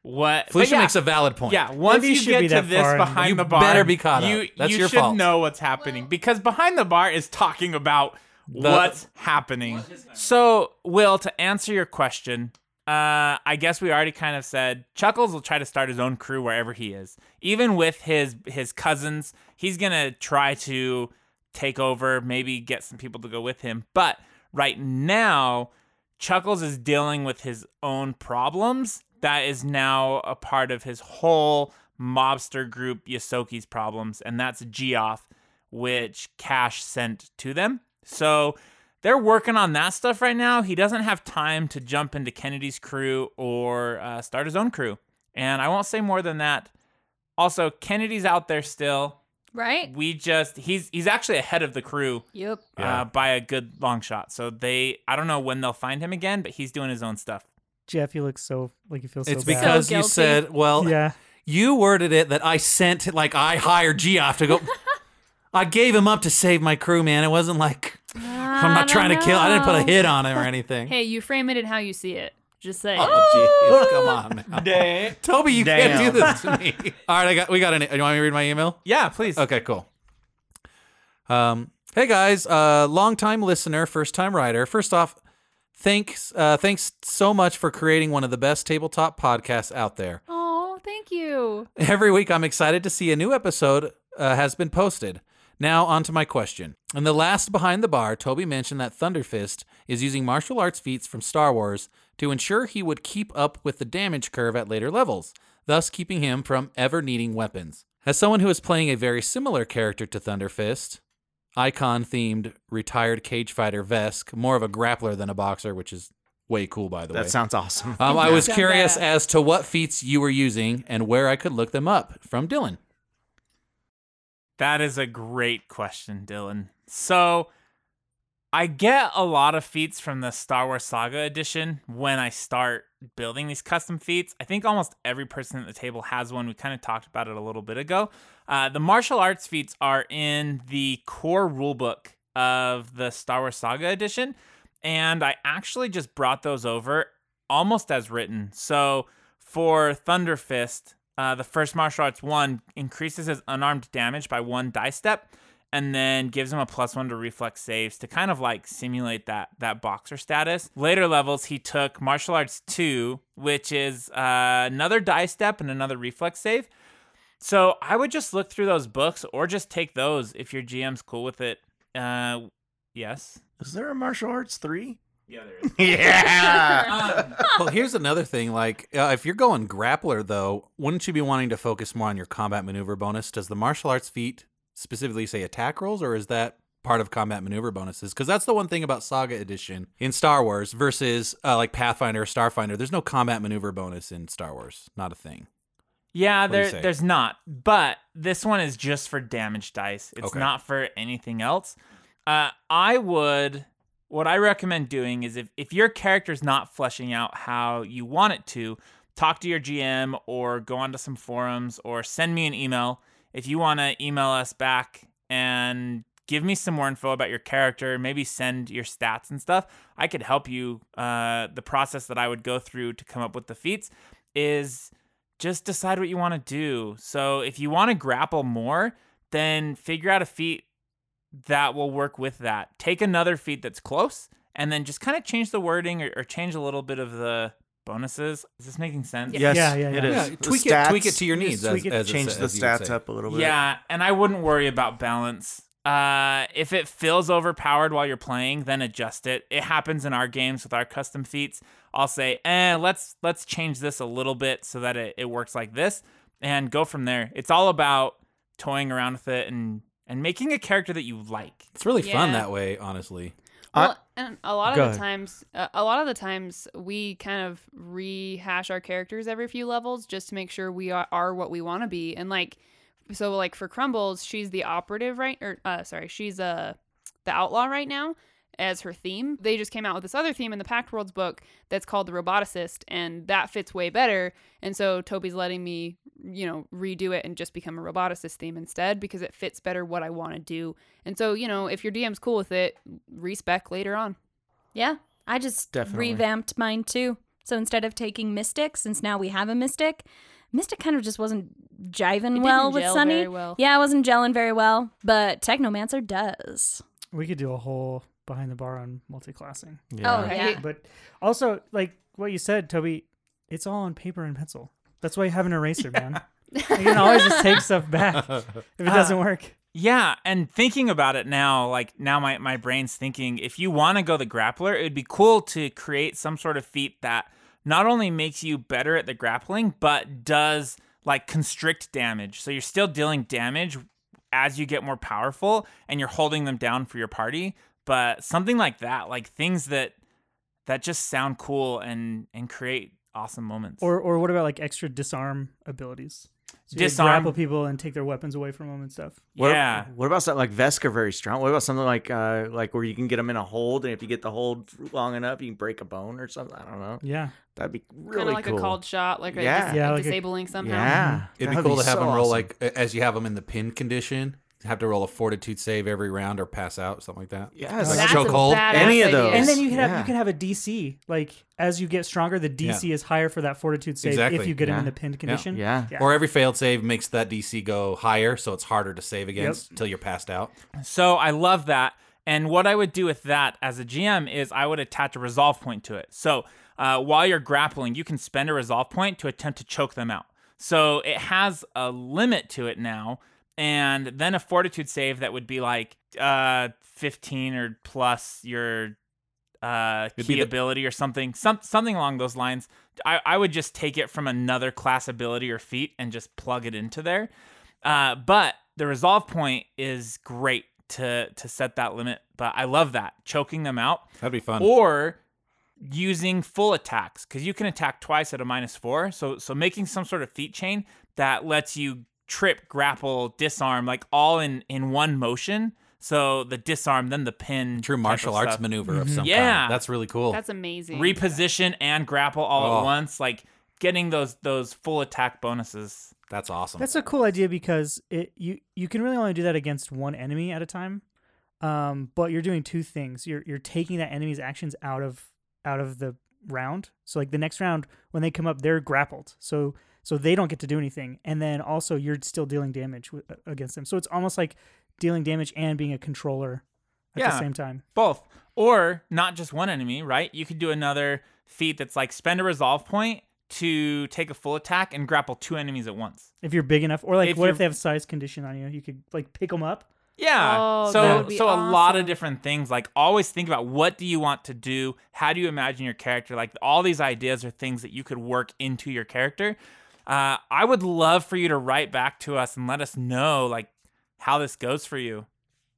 Speaker 1: what. but
Speaker 2: Felicia
Speaker 1: yeah,
Speaker 2: makes a valid point.
Speaker 1: Yeah, once
Speaker 5: Maybe you
Speaker 1: you,
Speaker 5: should
Speaker 1: get
Speaker 5: be
Speaker 1: to
Speaker 5: that
Speaker 1: this
Speaker 5: far in-
Speaker 1: behind
Speaker 2: You
Speaker 1: the bar,
Speaker 2: better be caught up.
Speaker 1: You,
Speaker 2: That's
Speaker 1: you
Speaker 2: your
Speaker 1: should
Speaker 2: fault.
Speaker 1: know what's happening because behind the bar is talking about what's happening. so, Will, to answer your question, uh, I guess we already kind of said Chuckles will try to start his own crew wherever he is. Even with his his cousins, he's gonna try to take over, maybe get some people to go with him. But right now, Chuckles is dealing with his own problems. That is now a part of his whole mobster group Yosoki's problems, and that's Geoff, which Cash sent to them. So they're working on that stuff right now. He doesn't have time to jump into Kennedy's crew or uh, start his own crew. And I won't say more than that. Also, Kennedy's out there still.
Speaker 3: right?
Speaker 1: We just he's he's actually ahead of the crew
Speaker 6: Yep.
Speaker 1: uh, by a good long shot. So they I don't know when they'll find him again, but he's doing his own stuff.
Speaker 5: Jeff, you look so like you feel so
Speaker 2: It's
Speaker 1: [laughs]
Speaker 5: bad.
Speaker 2: because you
Speaker 3: guilty.
Speaker 2: said, well,
Speaker 5: yeah,
Speaker 2: you worded it that I sent, like, I hired
Speaker 1: [laughs]
Speaker 2: Geoff to go. I gave him up to save my crew, man. It wasn't like I'm not trying to kill. I didn't put a hit on him or anything.
Speaker 6: Hey, you frame it in how you see it. Just say.
Speaker 2: Oh, jeez. Come on, now. Toby, you can't do
Speaker 4: Damn.
Speaker 2: this to me. [laughs] All right, I got. We got an. You want me to read my email?
Speaker 1: Yeah, please.
Speaker 2: Okay, cool. Um, hey guys, uh, long time listener, first time writer. First off, thanks, uh, thanks so much for creating one of the best tabletop podcasts out there.
Speaker 6: Oh, thank you.
Speaker 2: Every week, I'm excited to see a new episode uh, has been posted. Now, on to my question. In the last Behind the Bar, Toby mentioned that Thunderfist is using martial arts feats from Star Wars to ensure he would keep up with the damage curve at later levels, thus keeping him from ever needing weapons. As someone who is playing a very similar character to Thunderfist, icon themed retired cage fighter Vesk, more of a grappler than a boxer, which is way cool, by the way.
Speaker 4: That
Speaker 2: [laughs]
Speaker 4: sounds awesome.
Speaker 2: Um, I was curious
Speaker 6: badass.
Speaker 2: as to what feats you were using and where I could look them up from Dylan.
Speaker 1: That is a great question, Dylan. So I get a lot of feats from the Star Wars Saga edition when I start building these custom feats. I think almost every person at the table has one. We kind of talked about it a little bit ago. Uh, the martial arts feats are in the core rulebook of the Star Wars Saga edition, and I actually just brought those over almost as written. So for Thunder Fist, uh, the first martial arts one increases his unarmed damage by one die step, and then gives him a plus one to reflex saves to kind of like simulate that that boxer status. Later levels, he took martial arts two, which is uh, another die step and another reflex save. So I would just look through those books, or just take those if your GM's cool with it. Uh, yes.
Speaker 4: Is there a martial arts three?
Speaker 1: Yeah, there is.
Speaker 4: [laughs] Yeah.
Speaker 2: well, here's another thing. Like, uh, if you're going grappler, though, wouldn't you be wanting to focus more on your combat maneuver bonus? Does the martial arts feat specifically say attack rolls, or is that part of combat maneuver bonuses? Because that's the one thing about Saga Edition in Star Wars versus uh, like Pathfinder or Starfinder. There's no combat maneuver bonus in Star Wars. Not a thing.
Speaker 1: Yeah,
Speaker 2: What do you
Speaker 1: there,
Speaker 2: say?
Speaker 1: there's not. But this one is just for damage dice. It's
Speaker 2: Okay.
Speaker 1: not for anything else. Uh, I would. What I recommend doing is if, if your character's not fleshing out how you want it to, talk to your GM or go onto some forums or send me an email. If you want to email us back and give me some more info about your character, maybe send your stats and stuff, I could help you. Uh, the process that I would go through to come up with the feats is just decide what you want to do. So if you want to grapple more, then figure out a feat that will work with that. Take another feat that's close, and then just kind of change the wording or, or change a little bit of the bonuses. Is this making sense?
Speaker 4: [laughs] yes,
Speaker 5: Yeah, yeah,
Speaker 4: it
Speaker 5: yeah.
Speaker 4: is.
Speaker 2: Yeah,
Speaker 4: The
Speaker 2: tweak it,
Speaker 4: stats-
Speaker 2: tweak it to your needs. As,
Speaker 5: tweak it,
Speaker 2: as it
Speaker 4: Change
Speaker 2: sa-
Speaker 4: the
Speaker 2: as you would
Speaker 4: stats
Speaker 2: say.
Speaker 4: up a little bit.
Speaker 1: Yeah, and I wouldn't worry about balance. Uh, if it feels overpowered while you're playing, then adjust it. It happens in our games with our custom feats. I'll say, eh, let's let's change this a little bit so that it, it works like this, and go from there. It's all about toying around with it and and making a character that you like.
Speaker 2: It's really fun
Speaker 6: Yeah.
Speaker 2: that way, honestly.
Speaker 4: I-
Speaker 6: Well, and a lot of
Speaker 4: Go
Speaker 6: the
Speaker 4: ahead.
Speaker 6: times, uh, a lot of the times, we kind of rehash our characters every few levels just to make sure we are, are what we want to be. And like, so like for Crumbles, she's the operative right, or uh, sorry, she's uh, the outlaw right now as her theme. They just came out with this other theme in the Pact Worlds book that's called the Roboticist, and that fits way better. And so Toby's letting me, you know, redo it and just become a Roboticist theme instead because it fits better what I want to do. And so, you know, if your DM's cool with it, respec later on.
Speaker 3: Yeah. I just
Speaker 4: Definitely.
Speaker 3: revamped mine too. So instead of taking Mystic, since now we have a Mystic, Mystic kind of just wasn't jiving
Speaker 6: It
Speaker 3: well
Speaker 6: didn't
Speaker 3: with
Speaker 6: gel
Speaker 3: Sunny.
Speaker 6: very well.
Speaker 3: Yeah, I wasn't gelling very well, but Technomancer does.
Speaker 5: we could do a whole behind the bar on multi-classing.
Speaker 3: Oh,
Speaker 6: I
Speaker 3: yeah.
Speaker 6: hate-
Speaker 5: But also, like what you said, Toby, it's all on paper and pencil. That's why you have an eraser, man. You can always just take [laughs] stuff back if it doesn't work.
Speaker 1: Yeah, and thinking about it now, like now my, my brain's thinking if you want to go the grappler, it'd be cool to create some sort of feat that not only makes you better at the grappling, but does like constrict damage. So you're still dealing damage as you get more powerful and you're holding them down for your party. But something like that, like things that that just sound cool and and create awesome moments.
Speaker 5: Or or what about like extra disarm abilities? So you, like,
Speaker 1: Disarm.
Speaker 5: grapple people and take their weapons away from them and stuff.
Speaker 4: What,
Speaker 1: yeah.
Speaker 4: What about something like Vesca very strong? What about something like uh like where you can get them in a hold and if you get the hold long enough you can break a bone or something? I don't know.
Speaker 5: Yeah.
Speaker 4: That'd be really
Speaker 6: kind of like
Speaker 4: cool.
Speaker 6: a called shot, like a,
Speaker 4: Yeah.
Speaker 6: dis-
Speaker 5: Yeah,
Speaker 6: a
Speaker 5: like a-
Speaker 6: disabling somehow.
Speaker 4: Yeah.
Speaker 2: It'd be
Speaker 4: That'd
Speaker 2: cool to have
Speaker 4: so
Speaker 2: them roll
Speaker 4: awesome.
Speaker 2: like a- as you have them in the pin condition. Have to roll a fortitude save every round or pass out, something like that.
Speaker 4: Yes.
Speaker 2: Like
Speaker 6: That's a
Speaker 2: chokehold.
Speaker 6: badass
Speaker 4: Any of
Speaker 6: idea.
Speaker 4: those.
Speaker 5: And then you could have
Speaker 4: Yeah.
Speaker 5: you could have a DC. Like as you get stronger, the DC is higher for that fortitude save if
Speaker 2: Exactly.
Speaker 5: you get him in
Speaker 4: Yeah.
Speaker 5: the pinned condition.
Speaker 4: Yeah.
Speaker 5: Yeah.
Speaker 2: Or every failed save makes that DC go higher, so it's harder to save against until you're passed out.
Speaker 1: So I love that. And what I would do with that as a GM is I would attach a resolve point to it. So uh, while you're grappling, you can spend a resolve point to attempt to choke them out. So it has a limit to it now, and then a fortitude save that would be like uh, 15 or plus your uh,
Speaker 2: It'd be
Speaker 1: key
Speaker 2: the-
Speaker 1: ability or something, some, something along those lines. I, I would just take it from another class ability or feat and just plug it into there. Uh, but the resolve point is great to to set that limit. But I love that choking them out
Speaker 2: That'd be fun.
Speaker 1: or using full attacks because you can attack twice at a minus four. So so making some sort of feat chain that lets you trip, grapple, disarm, like all in in one motion. So the disarm, then the pin.
Speaker 2: True
Speaker 1: type of
Speaker 2: martial arts
Speaker 1: stuff.
Speaker 2: maneuver
Speaker 4: Mm-hmm.
Speaker 2: of some
Speaker 1: Yeah.
Speaker 2: kind. That's really cool.
Speaker 6: That's amazing.
Speaker 1: reposition and grapple all at
Speaker 2: Oh.
Speaker 1: once, like getting those those full attack bonuses.
Speaker 2: That's awesome.
Speaker 5: That's a cool idea because it you you can really only do that against one enemy at a time. Um, but you're doing two things. You're you're taking that enemy's actions out of out of the round. So like the next round when they come up, they're grappled. So so they don't get to do anything. And then also you're still dealing damage w- against them. So it's almost like dealing damage and being a controller at
Speaker 1: Yeah.
Speaker 5: the same time.
Speaker 1: Both. Or not just one enemy, right? You could do another feat that's like spend a resolve point to take a full attack and grapple two enemies at once.
Speaker 5: If you're big enough, or like
Speaker 1: If
Speaker 5: what
Speaker 1: you're-
Speaker 5: if they have size condition on you? You could like pick them up.
Speaker 1: Yeah.
Speaker 6: Oh, that
Speaker 1: so
Speaker 6: would be
Speaker 1: so a lot of
Speaker 6: awesome.
Speaker 1: different things. Like always think about what do you want to do? How do you imagine your character? Like all these ideas are things that you could work into your character. Uh, I would love for you to write back to us and let us know like how this goes for you.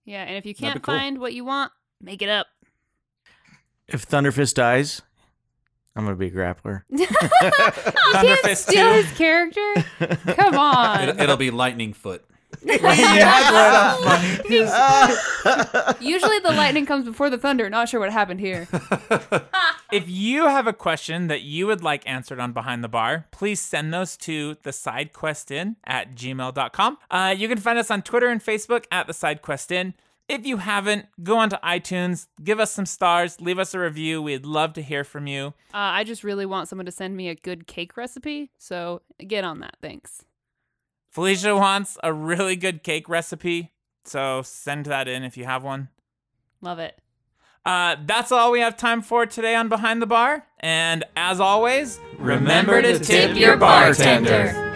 Speaker 6: Yeah, and if you
Speaker 2: That'd be
Speaker 6: can't
Speaker 2: cool.
Speaker 6: find what you want, make
Speaker 4: [laughs]
Speaker 6: it up. [laughs]
Speaker 4: If Thunderfist dies, I'm gonna be a grappler.
Speaker 6: You
Speaker 1: Thunder
Speaker 6: can't
Speaker 1: Fist
Speaker 6: steal
Speaker 1: two.
Speaker 6: his character.
Speaker 4: [laughs]
Speaker 6: Come on.
Speaker 2: it, it'll be lightning foot.
Speaker 6: [laughs] Usually the lightning comes before the thunder. Not sure what happened here. Uh,
Speaker 1: If you have a question that you would like answered on Behind the Bar, please send those to the sidequestin at gmail.com. Uh, you can find us on Twitter and Facebook at the sidequestin. If you haven't, go onto iTunes, give us some stars, leave us a review. We'd love to hear from you.
Speaker 6: Uh, I just really want someone to send me a good cake recipe, so get on that. Thanks.
Speaker 1: Felicia wants a really good cake recipe, so send that in if you have one.
Speaker 6: Love it.
Speaker 1: Uh, that's all we have time for today on Behind the Bar. And as always,
Speaker 4: Remember to tip your bartender.